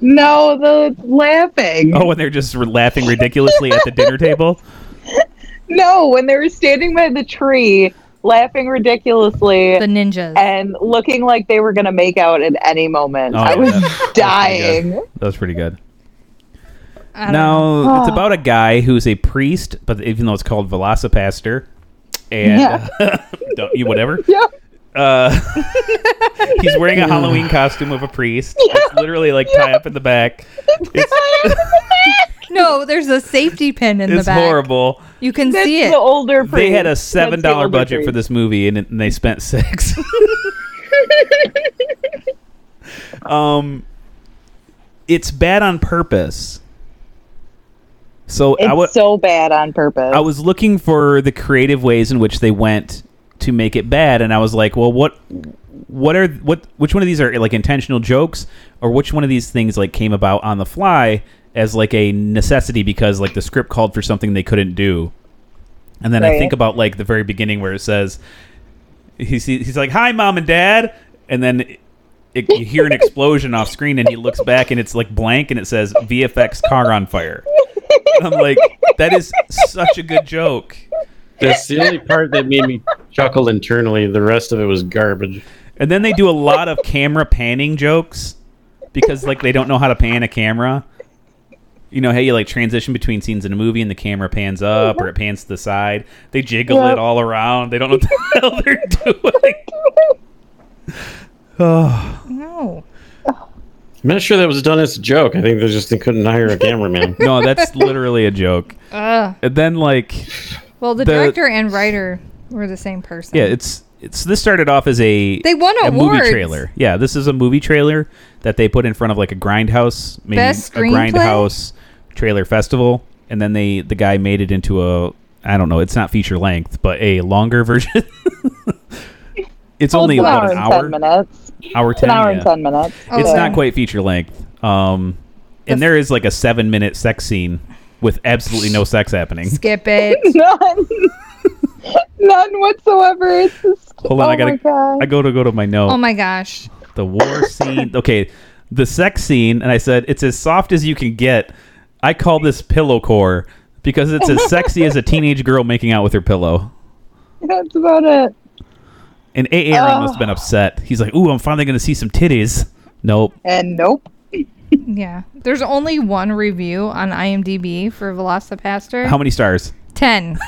No, the laughing.
Oh, and they're just re- laughing ridiculously at the dinner table.
No, when they were standing by the tree, laughing ridiculously
The ninjas.
and looking like they were going to make out at any moment.
Oh,
I
yeah,
was
that- that's pretty good.
dying.
That was pretty good.
I don't know.
Now it's
Ah.
about a guy who's a priest, but even though it's called Velocipaster, and don't- you whatever.
Yeah.
Uh, he's wearing a Halloween costume of a priest. It's literally like tie up in the back.
No, there's a safety pin in the
It's
back.
horrible.
You can
That's
see it.
the older
They had a
priest.
seven
That's the
dollar
older
budget for
priest.
this movie, and, it- and they spent six. um, it's bad on purpose. So
It's
I would.
so bad on purpose.
I was looking for the creative ways in which they went to make it bad, and I was like, well, what, what are what, which one of these are like intentional jokes, or which one of these things like came about on the fly as like a necessity because like the script called for something they couldn't do, and then I
Right.
think about like the very beginning where it says, he's he's like, hi, mom and dad, and then. It, you hear an explosion off screen, and he looks back, and it's like blank, and it says VFX car on fire. And I'm like, that is such a good joke.
That's the only part that made me chuckle internally. The rest of it was garbage.
And then they do a lot of camera panning jokes because like they don't know how to pan a camera. You know how you like transition between scenes in a movie and the camera pans up or it pans to the side. They jiggle
Yeah.
it all around. They don't know what the hell they're doing. Oh,
no.
I'm not sure that was done as a joke. I think they just they couldn't hire a cameraman.
no, that's literally a joke.
Ugh.
And then like
Well, the,
The-
director and writer were the same person.
yeah, it's it's this started off as a
they won
a
awards.
movie trailer. Yeah, this is a movie trailer that they put in front of like a grindhouse, maybe
Best
a
screenplay?
grindhouse trailer festival, and then they the guy made it into a I don't know, it's not feature length, but a longer version. it's only
Oh, an
about
hour
an
and ten
hour,
minutes.
hour
It's
ten.
an hour and
yeah.
ten minutes.
Oh,
It's
yeah.
not quite feature length. Um, and there is like a seven minute sex scene with absolutely no sex happening.
Skip it.
None. None whatsoever. It's just,
Hold on,
oh
I gotta.
My God.
I go to go to my note.
Oh my gosh.
the war scene. Okay, the sex scene, and I said it's as soft as you can get. I call this pillow core because it's as sexy as a teenage girl making out with her pillow.
That's about it.
And AA Ron must have
Oh.
been upset. He's like, "Ooh, I'm finally gonna see some titties." Nope.
And nope.
Yeah. There's only one review on IMDb for Velocipaster.
How many stars?
10.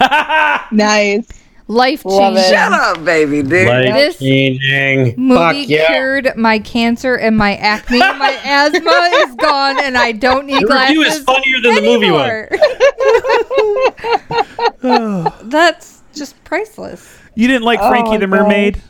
Nice.
Life
Love it.
changing.
up, baby, dude.
This
changing. Fuck
Movie
yeah.
cured my cancer and my acne. My asthma is gone, and I don't need
The
glasses
review is funnier than the movie one.
anymore. That's just priceless.
You didn't like Frankie
Oh,
the Mermaid?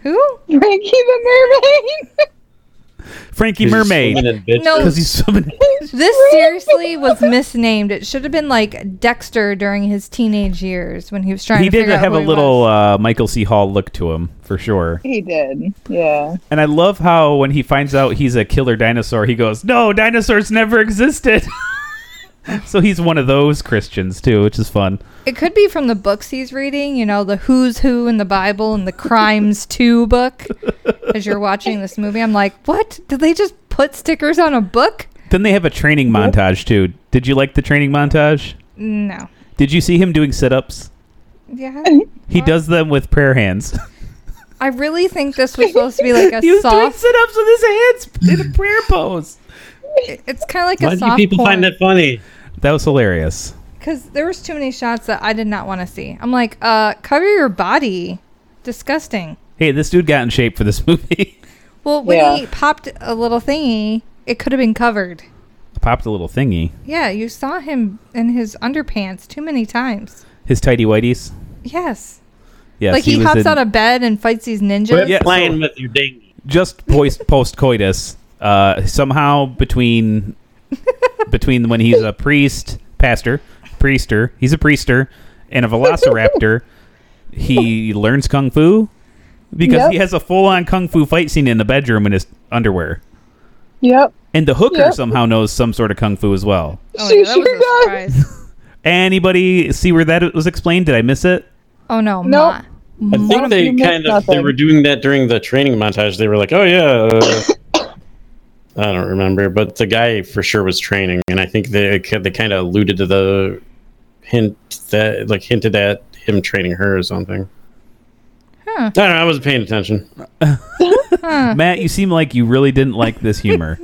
Who?
Frankie the Mermaid.
Frankie Mermaid.
No.
Because he's summoned.
This seriously was misnamed. It should have been like Dexter during his teenage years when he was trying
He
to
did
figure out
have
who
a
he
little
was.
uh, Michael C. Hall look to him, for sure.
he did. Yeah.
And I love how when he finds out he's a killer dinosaur, he goes, "No, dinosaurs never existed." so he's one of those Christians too, which is fun.
It could be from the books he's reading, you know, the who's who in the Bible and the crimes too book. As you're watching this movie, I'm like, what? Did they just put stickers on a book?
Then they have a training montage too. Did you like the training montage?
No.
Did you see him doing sit-ups?
Yeah.
He does them with prayer hands.
I really think this was supposed to be like a
he was doing
soft.
sit-ups with his hands in a prayer pose.
It's kind of like
Why
a
do
soft.
people find that funny?
That was hilarious.
Because there was too many shots that I did not want to see. I'm like, uh, cover your body. Disgusting.
Hey, this dude got in shape for this movie.
Well, when
Yeah.
he popped a little thingy, it could have been covered.
Popped a little thingy.
Yeah, you saw him in his underpants too many times.
His tidy whities.
Yes.
Yes,
like he,
was
hops
in-
out of bed and fights these ninjas.
Quit
Yeah, so-
playing with your dinghy.
just post post coitus uh, somehow between between when he's a priest pastor priester he's a priester and a velociraptor he learns kung fu because
Yep.
he has a full on kung fu fight scene in the bedroom in his underwear
Yep.
and the hooker
Yep.
somehow knows some sort of kung fu as well
Oh,
She
yeah, that was
sure
a
does.
surprise.
anybody see where that was explained did i miss it
Oh no,
Nope.
Ma.
I think they
you missed
kind of they
nothing.
were doing that during the training montage. They were like, "Oh yeah." uh, I don't remember, but the guy for sure was training, and I think they they kind of alluded to the hint that like hinted at him training her or something. I don't know. I wasn't paying attention.
matt you seem like you really didn't like this humor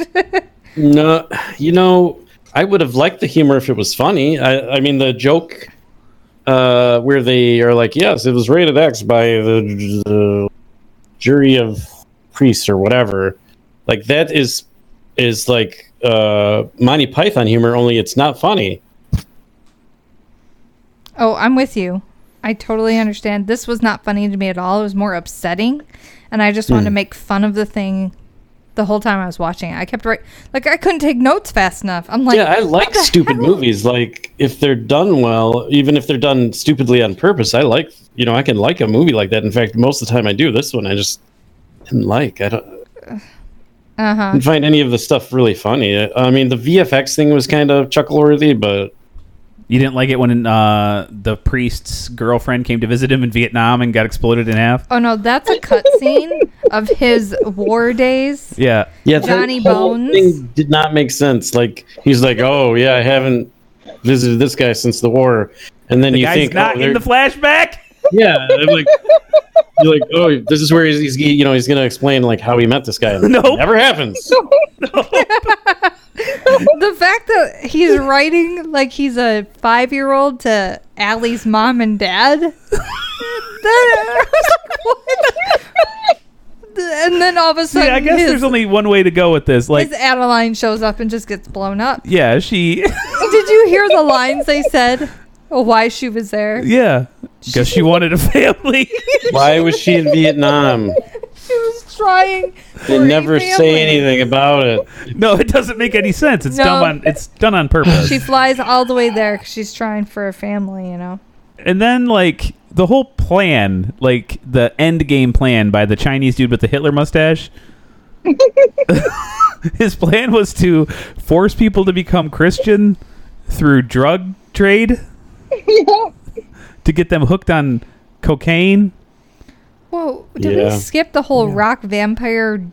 No, you know, I would have liked the humor if it was funny. I, I mean, the joke uh, where they are like, "Yes, it was rated X by the, the jury of priests or whatever," like that is is like uh, Monty Python humor. Only it's not funny.
Oh, I'm with you. I totally understand. This was not funny to me at all. It was more upsetting, and I just
Hmm.
wanted to make fun of the thing the whole time I was watching. it. I kept right, like I couldn't take notes fast enough. I'm like,
Yeah, I like stupid movies. Like if they're done well, even if they're done stupidly on purpose, I like. You know, I can like a movie like that. In fact, most of the time I do. This one I just didn't like. I don't.
uh huh.
didn't find any of the stuff really funny. I- I mean, the VFX thing was kind of chuckle worthy, but
You didn't like it when uh, the priest's girlfriend came to visit him in Vietnam and got exploded in half.
Oh no, that's a cutscene of his war days.
Yeah,
yeah, that
Johnny
whole
Bones.
thing did not make sense. Like he's like, oh yeah, I haven't visited this guy since the war, and then
the
you
guy's
think,
not in
oh, they're-
the flashback.
yeah, I'm like, you're like, oh, this is where he's, he's, you know, he's gonna explain like how he met this guy.
No.
It never happens.
The fact that he's writing like he's a five year old to Allie's mom and dad. that, what? And then all of a sudden,
Yeah, I guess
his,
there's only one way to go with this. Like,
his Adeline shows up and just gets blown up.
yeah, she,
Did you hear the lines they said? Why she was there?
yeah, because she wanted a family.
Why was she in Vietnam?
She was trying.
They
for a
never
family.
say anything about it.
no, it doesn't make any sense. It's
No.
done on it's done on purpose.
She flies all the way there because she's trying for a family, you know.
and then like the whole plan, like the end game plan by the Chinese dude with the Hitler mustache. His plan was to force people to become Christian through drug trade to get them hooked on cocaine.
Whoa, did
Yeah.
we skip the whole rock vampire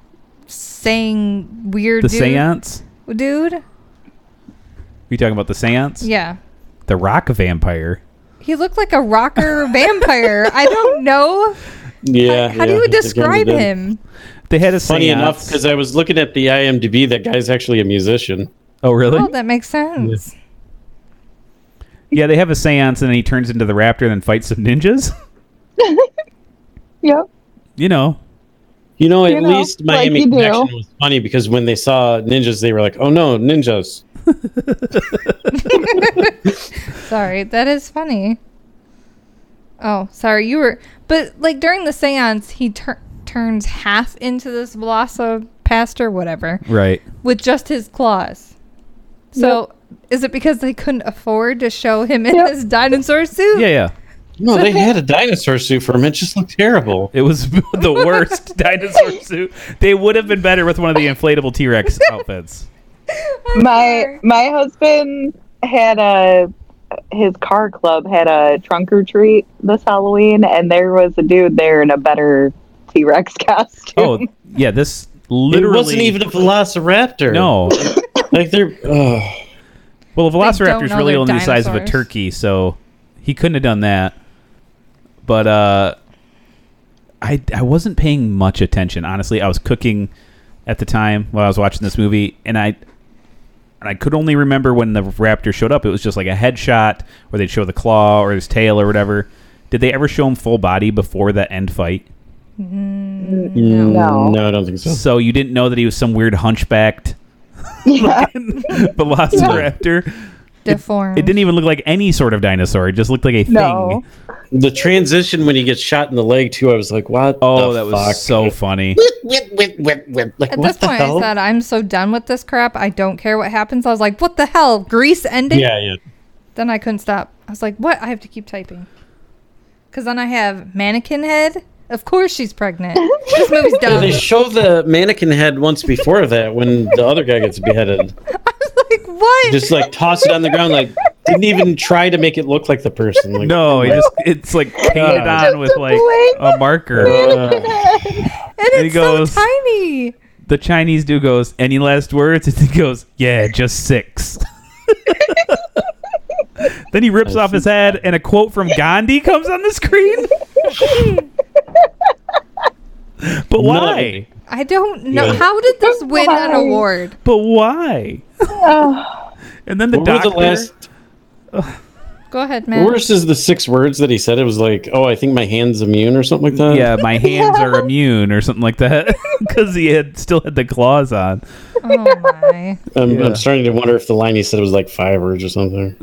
saying weird
The
dude?
seance.
Dude?
You talking about the seance?
Yeah.
The rock vampire.
He looked like a rocker vampire. I don't know.
Yeah.
How do you describe him?
They had a
Funny
seance.
enough, because I was looking at the IMDb, that guy's actually a musician.
oh really?
Oh, that makes sense.
yeah, they have a seance, and then he turns into the raptor, and then fights some ninjas.
Yep.
you know,
You know, at
know,
least
like
Miami
you do.
Connection was funny because when they saw ninjas, they were like, "Oh no, ninjas!"
Sorry, that is funny. Oh, sorry, you were. But like during the seance, he tur- turns half into this Velocipastor, whatever,
right?
with just his claws. So is it because they couldn't afford to show him in
Yep.
his dinosaur suit?
Yeah, yeah.
No, they had a dinosaur suit for him. It just looked terrible.
It was the worst dinosaur suit. They would have been better with one of the inflatable T Rex outfits.
My my husband had a his car club had a trunk or treat this Halloween, and there was a dude there in a better T Rex costume.
Oh, yeah. This literally
it wasn't even a velociraptor.
no.
like they're. Oh.
Well, a
don't
velociraptor's
know
really
they're
only the size of a
dinosaurs.
turkey, so he couldn't have done that. But uh, I I wasn't paying much attention, honestly. I was cooking at the time while I was watching this movie, and I and I could only remember when the raptor showed up. It was just like a headshot, where they'd show the claw or his tail or whatever. Did they ever show him full body before that end fight?
No.
no, I don't think so.
So you didn't know that he was some weird hunchbacked
yeah.
velociraptor.
Deformed.
It didn't even look like any sort of dinosaur. It just looked like a thing.
No.
The transition when he gets shot in the leg too, I was like, "What?"
Oh,
the
that was
fuck?
so funny.
Like,
At
what
this
the
point,
hell?
I said, I'm so done with this crap. I don't care what happens. I was like, what the hell? Grease ending?
"Yeah, yeah."
Then I couldn't stop. I was like, what? I have to keep typing. Because then I have mannequin head. Of course she's pregnant. this movie's done.
They show the mannequin head once before that when the other guy gets beheaded.
like, what?
Just like toss it on the ground, like didn't even try to make it look like the person. Like,
No, it just uh, it's like painted
Just
on with
a
like
blank
a marker.
and
he
it's
goes-
so tiny.
the Chinese dude goes, "Any last words?" And he goes, "Yeah, just six. then he rips off his head, and a quote from Gandhi comes on the screen. but why?
I don't know.
Yeah.
How did this win an
Why?
award?
But why? and then the
What
doctor.
were the last?
Go ahead, man.
Worse is the six words that he said. It was like, "Oh, I think my hand's immune" or something like that.
yeah, my hands are immune or something like that because he had still had the claws on.
Oh, my.
I'm,
Yeah.
I'm starting to wonder if the line he said was like five words or something.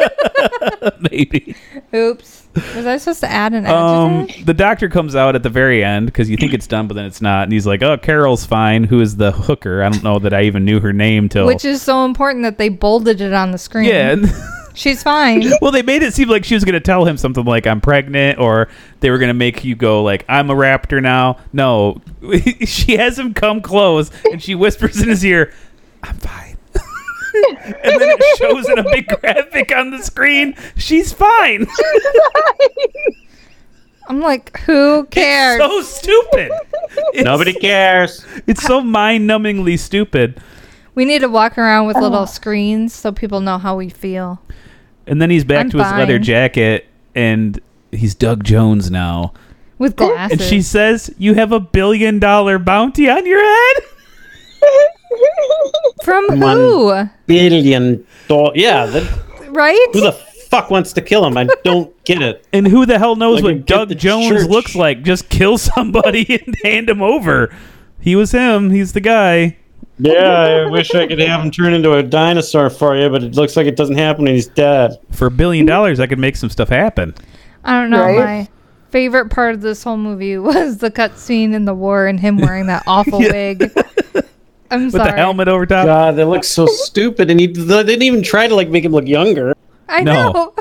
Maybe.
Oops. Was I supposed to add an
Um,
adjective?
the doctor comes out at the very end because you think it's done, but then it's not, and he's like, "Oh, Carol's fine. Who is the hooker? I don't know that I even knew her name
oh.
till."
Which is so important that they bolded it on the screen.
yeah. and-
She's fine.
well, they made it seem like she was going to tell him something like "I'm pregnant," or they were going to make you go like "I'm a raptor now." No, she has him come close, and she whispers in his ear, "I'm fine." and then it shows in a big graphic on the screen, she's fine.
I'm like, who cares?
so stupid. It's-
Nobody cares.
It's so mind-numbingly stupid.
we need to walk around with little screens so people know how we feel.
And then he's back
I'm
to his leather
fine.
jacket, and he's Doug Jones now.
With glasses.
And she says, "You have a billion dollar bounty on your head."
From
on.
who?
Billion dollars. Yeah. That, who
Right?
the fuck wants to kill him? I don't get it.
And who the hell knows
Like, you
what
get
Doug
the
Jones
church.
looks like? Just kill somebody and hand him over. He was him. He's the guy.
Yeah, I wish I could have him turn into a dinosaur for you, but it looks like it doesn't happen and he's dead.
For a billion dollars, I could make some stuff happen.
I don't know.
Right?
My favorite part of this whole movie was the cutscene in the war and him wearing that awful wig. I'm
With
sorry.
the helmet over top.
God, they look so stupid, and he they didn't even try to like make him look younger.
I
No.
know.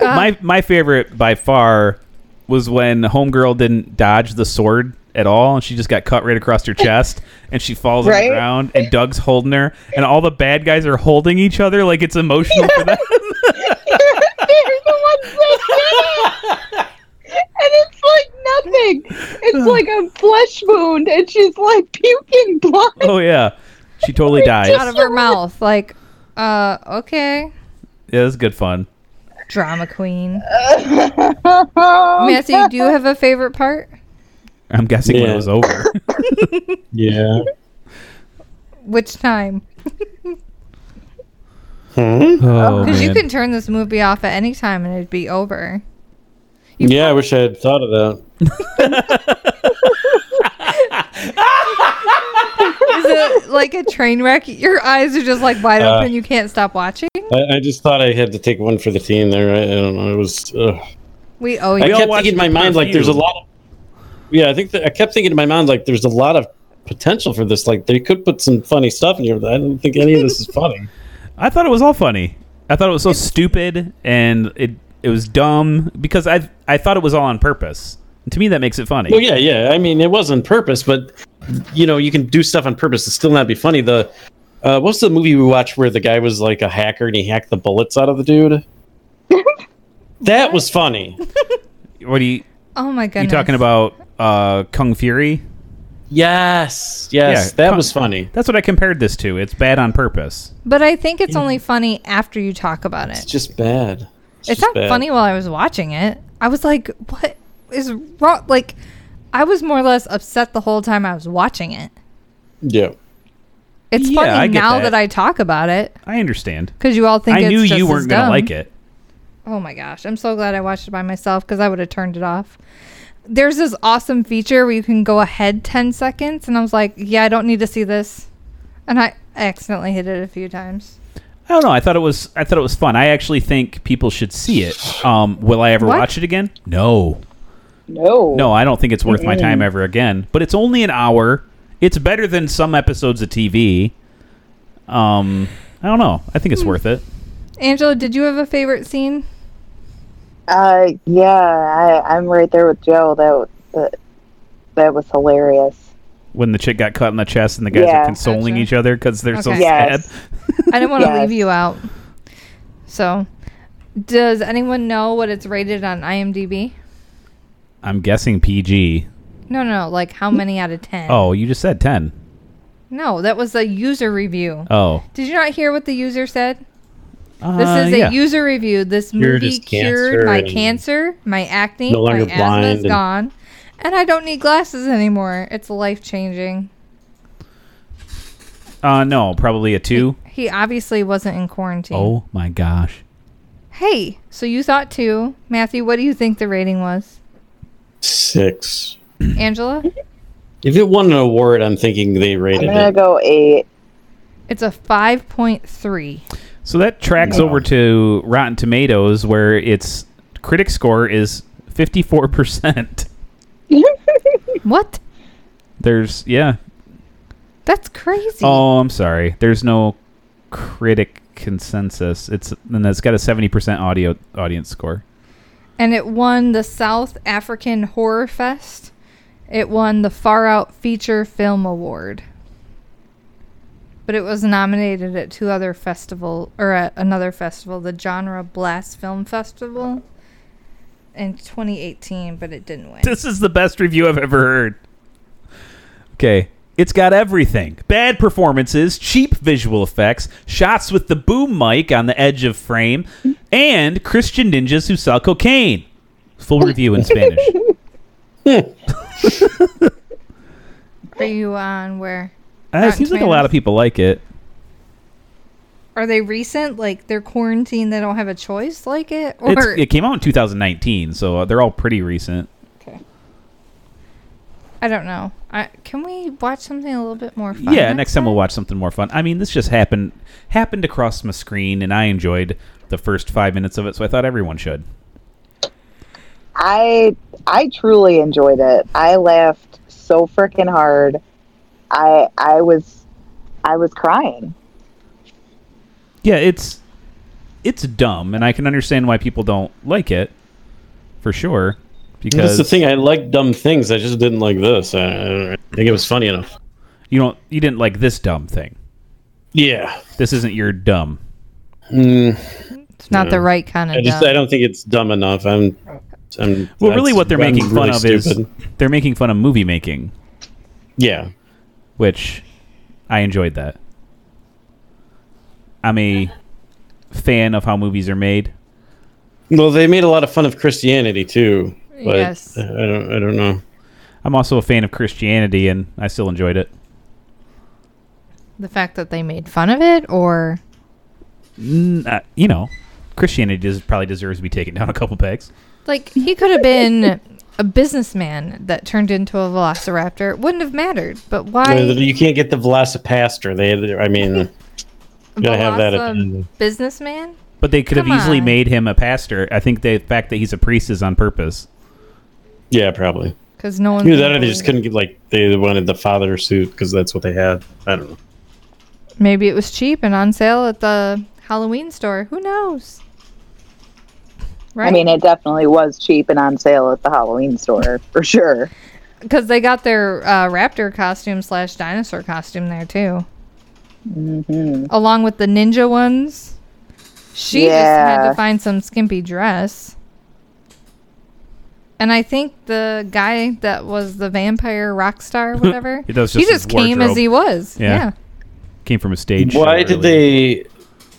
my my favorite by far was when Homegirl didn't dodge the sword at all, and she just got cut right across her chest, and she falls on
Right?
the ground, and Doug's holding her, and all the bad guys are holding each other like it's emotional for them.
They're the ones that did it. And it's like nothing. It's like a flesh wound, and she's like puking blood.
oh yeah, she totally died.
out of her mouth. Like, uh, okay.
Yeah, it was good fun.
Drama queen. Matthew, do you have a favorite part?
I'm guessing when
Yeah.
it was over.
Yeah.
Which time?
Oh
Because you
man.
can turn this movie off at any time and it'd be over.
Yeah, I wish I had thought of that.
Is it like a train wreck? Your eyes are just like wide
Uh,
open. You can't stop watching.
I, I just thought I had to take one for the team there. I, I don't know. It was. ugh.
We owe
I
you.
kept
watched
thinking in my mind like there's a
Perfume.
lot of. Yeah, I think that, I kept thinking in my mind like there's a lot of potential for this. Like they could put some funny stuff in here, but I don't think any of this is funny.
I thought it was all funny. I thought it was so stupid and it it was dumb because I I thought it was all on purpose. To me, that makes it funny.
Well, yeah, yeah. I mean, it was on purpose, but you know, you can do stuff on purpose and still not be funny. The uh, what's the movie we watched where the guy was like a hacker and he hacked the bullets out of the dude? that was funny.
What are you
Oh my
you
goodness.
talking about? Uh, Kung Fury.
Yes, yes,
Yeah,
that
con-
was funny.
That's what I compared this to. It's bad on purpose.
But I think
Mm.
it's only funny after you talk about
It's
it.
just bad.
It's
just
not
bad.
funny while I was watching it. I was like, what is wrong? Like, I was more or less upset the whole time I was watching it.
Yeah.
It's
Yeah, I
funny
get
now
that.
that. I talk about it
I understand.
because you all think
I
it's
knew
just
you
as
weren't gonna
dumb.
like it.
Oh my gosh, I'm so glad I watched it by myself because I would have turned it off. There's this awesome feature where you can go ahead 10 seconds, and I was like, yeah, I don't need to see this. And I accidentally hit it a few times.
I don't know. I thought it was. I thought it was fun. I actually think people should see it. Um, will I ever
What?
watch it again? No.
No.
No, I don't think it's worth my time ever again. But it's only an hour. It's better than some episodes of TV. Um, I don't know. I think
Hmm.
it's worth it.
Angela, did you have a favorite scene?
Uh, yeah, I, I'm right there with Joe. That, that that was hilarious.
When the chick got cut in the chest and the guys
Yeah.
are consoling
Gotcha.
each other because they're so
Okay.
sad.
Yes.
I didn't want to
Yes.
leave you out. So, does anyone know what it's rated on IMDb?
I'm guessing PG.
No, no, like how many out of 10?
Oh, you just said ten.
No, that was a user review.
Oh,
Did you not hear what the user said?
uh,
This is a
yeah.
user review. This
Cured
movie
his cancer
cured my
and
cancer, my acne,
no
my
longer
asthma
blind
is
and-
gone, and I don't need glasses anymore. It's life changing.
uh, no, probably a two.
He obviously wasn't in quarantine.
Oh my gosh.
Hey, so you thought too. Matthew, what do you think the rating was?
Six.
Angela?
If it won an award, I'm thinking they
I'm
rated
gonna
it.
go eight.
It's a 5.3.
So that tracks over to Rotten Tomatoes, where its critic score is fifty-four percent.
What?
There's yeah,
That's crazy.
Oh, I'm sorry. There's no critic consensus. It's and it's got a 70% audio audience score.
And it won the South African Horror Fest. It won the Far Out Feature Film Award. But it was nominated at two other festival or at another festival, the Genre Blast Film Festival in 2018, but it didn't win.
This is the best review I've ever heard. Okay. It's got everything. Bad performances, cheap visual effects, shots with the boom mic on the edge of frame, and Christian ninjas who sell cocaine. Full review in Spanish. Uh,
Are you on where?
Uh, it seems like a lot of people like it.
Are they recent? Like they're quarantined, they don't have a choice like it? Or
It's, it came out in 2019, so uh, they're all pretty recent.
I don't know. I, can we watch something a little bit more fun?
Yeah, next time we'll watch something more fun. I mean, this just happened happened across my screen, and I enjoyed the first five minutes of it, so I thought everyone should.
I I truly enjoyed it. I laughed so freaking hard. I I was I was crying.
Yeah, it's it's dumb, and I can understand why people don't like it for sure. because
That's the thing. I like dumb things. I just didn't like this. I, I don't think it was funny enough.
you don't you didn't like this dumb thing.
Yeah,
This isn't your dumb.
It's not the right kind of
I just
dumb.
I don't think it's dumb enough. I'm. I'm
Well,
that's-
really, what they're
I'm
making fun
really
of is
stupid.
they're making fun of movie making,
yeah.
which I enjoyed that. I'm a fan of how movies are made.
Well, they made a lot of fun of Christianity too. But
Yes.
I don't. I don't know.
I'm also a fan of Christianity, and I still enjoyed it.
the fact that they made fun of it, or
Mm, uh, you know, Christianity does, probably deserves to be taken down a couple pegs.
like he could have been a businessman that turned into a velociraptor. It wouldn't have mattered. But why?
you can't get the Velocipaster. They. I mean, gotta have that at the
Veloci-
end.
businessman.
But they could have
Come
easily
on.
made him a pastor. I think the fact that he's a priest is on purpose.
yeah, probably.
Because no one
Either that or they just couldn't get like they wanted the father suit because that's what they had. I don't know.
Maybe it was cheap and on sale at the Halloween store. Who knows? Right?
I mean, it definitely was cheap and on sale at the Halloween store for sure.
because they got their uh, raptor costume slash dinosaur costume there too, along with the ninja ones. She just had
Yeah.
to find some skimpy dress. And I think the guy that was the vampire rock star, whatever,
That was
he
just
just
his
came as
wardrobe.
he was.
Yeah.
Yeah.
Came from a stage.
Why
show
did
earlier.
they?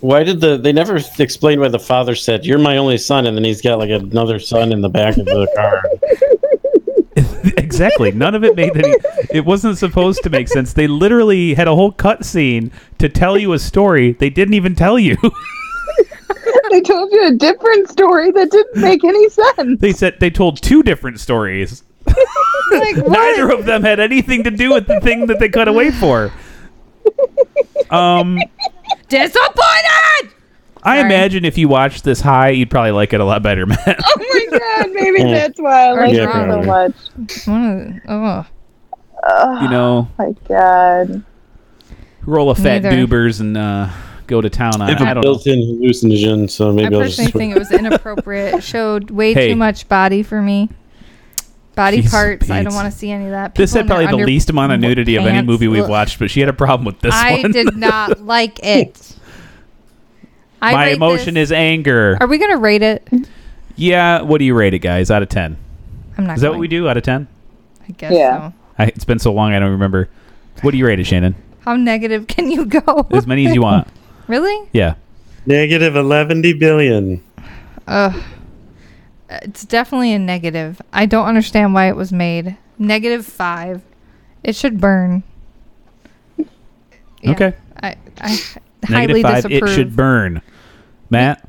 Why did the? They never explained why the father said, "You're my only son," and then he's got like another son in the back of the car.
exactly. None of it made any. It wasn't supposed to make sense. They literally had a whole cut scene to tell you a story they didn't even tell you.
they told you a different story that didn't make any sense.
they said they told two different stories.
Like, what?
Neither of them had anything to do with the thing that they cut away for. Um, I
Disappointed! Sorry.
imagine if you watched this high, you'd probably like it a lot better, Matt.
Oh my god, maybe that's why I like
Yeah,
it so
probably.
much.
One of the- oh.
you know,
Oh my god.
roll a fat
Neither.
doobers and uh, go to town on.
I
it. I
have a
don't know.
built-in hallucinogen, so
I
maybe I'll just.
personally think it was inappropriate. It Showed way
Hey.
too much body for me. Body
Jeez
parts. I
Pete.
don't want to see any of that.
This
People
had
in their
probably the
Oh, under-
least amount of nudity of any
pants.
movie we've
Ugh.
watched, but she had a problem with this
I
one.
did not like it. I
My emotion is anger.
Are we gonna rate it?
Yeah, what do you rate it, guys? Out of ten?
I'm not.
Is that what we do? Out of ten?
I guess
Yeah.
so.
I, it's been so long, I don't remember. What do you rate it, Shannon?
How negative can you go?
As many as you want.
really?
Yeah.
Negative eleven billion.
Ugh. It's definitely a negative. I don't understand why it was made. Negative five. It should burn. Yeah.
Okay.
I, I
Negative
highly
five.
disapprove.
It should burn. Matt.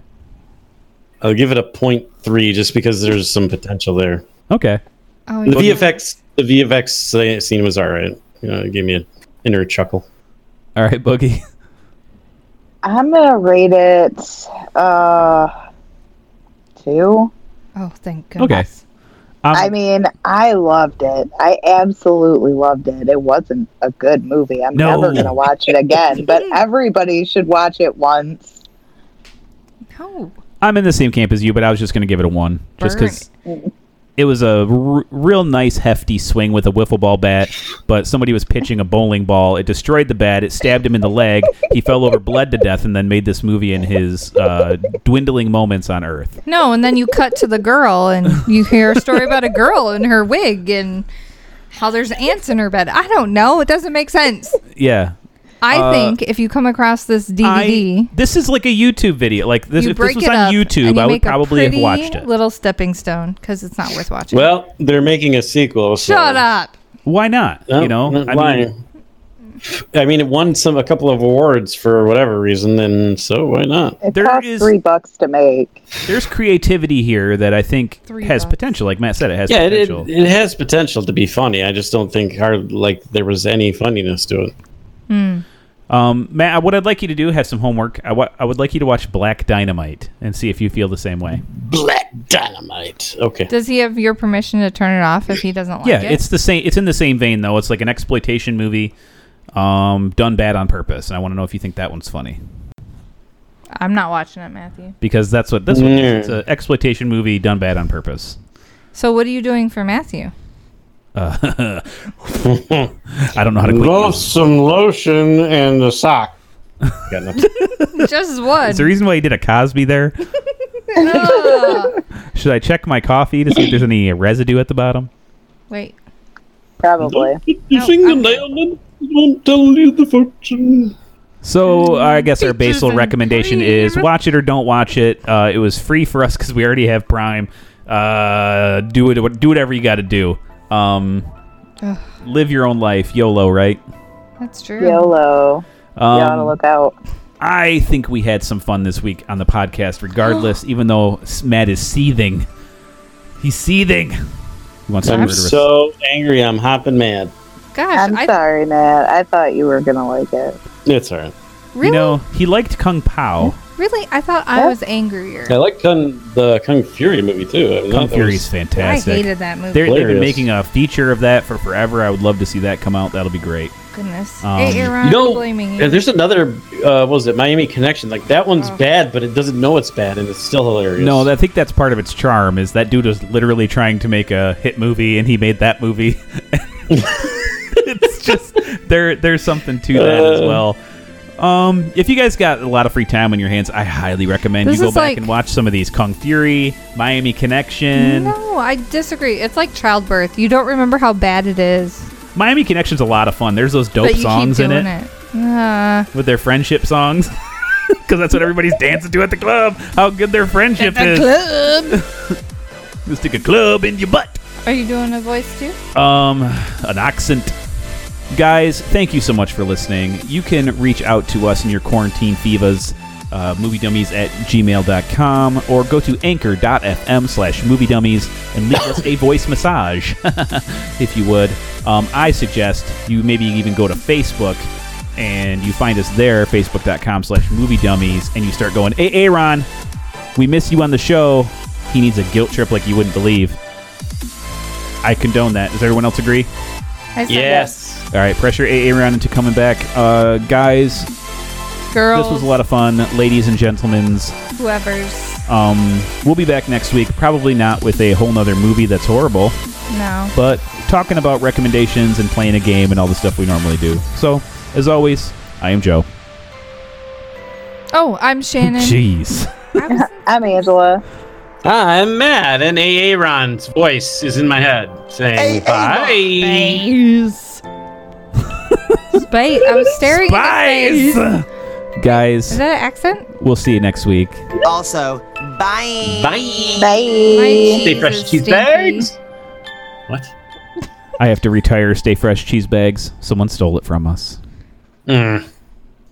I'll give it a point three just because there's some potential there.
Okay.
Oh,
The
yeah.
VFX, the VFX scene was all right. You know, it gave me an inner chuckle.
All right, Boogie.
I'm gonna rate it uh two.
Oh, thank
Okay.
goodness.
Um,
I mean, I loved it. I absolutely loved it. It wasn't a good movie. I'm
No.
never gonna watch it again. but everybody should watch it once.
No.
I'm in the same camp as you, but I was just going to give it a one, just because it was a r- real nice, hefty swing with a wiffle ball bat. But somebody was pitching a bowling ball. It destroyed the bat. It stabbed him in the leg. He fell over, bled to death, and then made this movie in his uh, dwindling moments on Earth.
No, and then you cut to the girl and you hear a story about a girl in her wig and how there's ants in her bed. I don't know. It doesn't make sense.
Yeah.
I think if you come across this DVD,
Uh, I, this is like a YouTube video. Like this,
you
if this
break
was
it up
on
and
YouTube,
you
I would
make a
probably have
pretty
watched it.
Little stepping stone because it's not worth watching.
Well, they're making a sequel. So.
Shut up.
Why not?
No,
you know,
not
I
lying.
mean,
I mean, it won some a couple of awards for whatever reason, and so why not?
It
There
cost
is-
three bucks to make.
there's creativity here that I think
Three
has
bucks.
potential. Like Matt said, it has
Yeah, it, it
potential.
it has potential to be funny. I just don't think hard like there was any funniness to it.
Um, Matt, what I'd like you to do have some homework. I wa- I would like you to watch Black Dynamite and see if you feel the same way.
Black dynamite. Okay.
Does he have your permission to turn it off if he doesn't like
yeah,
it?
it's the same. It's in the same vein though. It's like an exploitation movie, um, done bad on purpose. And I want to know if you think that one's funny
I'm not watching it, Matthew.
because that's what this one is.
Yeah.
It's an exploitation movie done bad on purpose.
So what are you doing for Matthew?
Uh, I don't know how to.
Love
Quick.
some lotion and a sock. Got nothing.
Just one.
Is the reason why you did a Cosby there?
Ugh.
Should I check my coffee to see if there's any residue at the bottom?
Wait.
Probably.
No, I'm-
Don't tell you the fortune. Mm-hmm.
So uh, I guess our
Peaches
basal
and
recommendation
cream.
is watch it or don't watch it. Uh, it was free for us because we already have Prime. Uh, do it. Do whatever you got to do. Um,
Ugh.
live your own life. YOLO, right?
That's true.
YOLO. you ought to
Um,
look out.
I think we had some fun this week on the podcast, regardless. even though S- Matt is seething, he's seething. You want some
I'm
murderous-
so angry. I'm hopping mad.
Gosh,
I'm
I
sorry, Matt. I thought you were gonna like it.
It's alright.
really,
You know, he liked Kung Pao.
really, I thought I was angrier.
I like Kung, the Kung Fury movie too. I mean,
Kung
that
Fury's
was-
I
fantastic.
hated that movie.
They're, they've been
Hilarious.
making a feature of that for forever. I would love to see that come out. That'll be great.
Goodness.
Um,
hey, Aaron,
You know,
I'm blaming you.
and there's another. Uh, what was it Miami Connection? Like that one's
Oh.
bad, but it doesn't know it's bad, and it's still hilarious.
No, I think that's part of its charm. Is that dude was literally trying to make a hit movie, and he made that movie. it's just there. There's something to that as
Uh.
well. Um, if you guys got a lot of free time on your hands, I highly recommend
This
you go
is
back
like-
and watch some of these Kung Fury, Miami Connection.
no, I disagree. It's like childbirth. You don't remember how bad it is,
Miami Connection's a lot of fun. There's those dope
but you
songs
keep
in
doing
it,
it. Uh,
with their friendship songs, because that's what everybody's dancing to at the club. How good their friendship is.
club.
You stick a club in your butt.
Are you doing a voice too?
um, an accent. Guys, thank you so much for listening. You can reach out to us in your quarantine fivas, uh, moviedummies at gmail.com, or go to anchor.fm slash moviedummies and leave us a voice massage, if you would. Um, I suggest you maybe even go to Facebook and you find us there, facebook.com slash moviedummies, and you start going, hey, Aaron, we miss you on the show. He needs a guilt trip like you wouldn't believe. I condone that. Does everyone else agree?
I said
Yes.
All right, pressure AA round into coming back. Uh, guys,
yes. Girls,
this was a lot of fun. Ladies and gentlemen,
whoever's.
um, we'll be back next week. Probably not with a whole nother movie that's horrible,
No.
but talking about recommendations and playing a game and all the stuff we normally do. So, as always, I am Joe.
Oh, I'm Shannon.
Jeez.
I was
I'm Angela.
I'm mad, and Aaron's voice is in my head saying bye.
Space. Spite. I was staring at his face.
Guys,
Is
guys,
that an accent?
we'll see you next week.
Also, bye.
Bye.
Bye.
Stay fresh, cheese bags. What?
I have to retire. Stay fresh, cheese bags. Someone stole it from us.
Mm.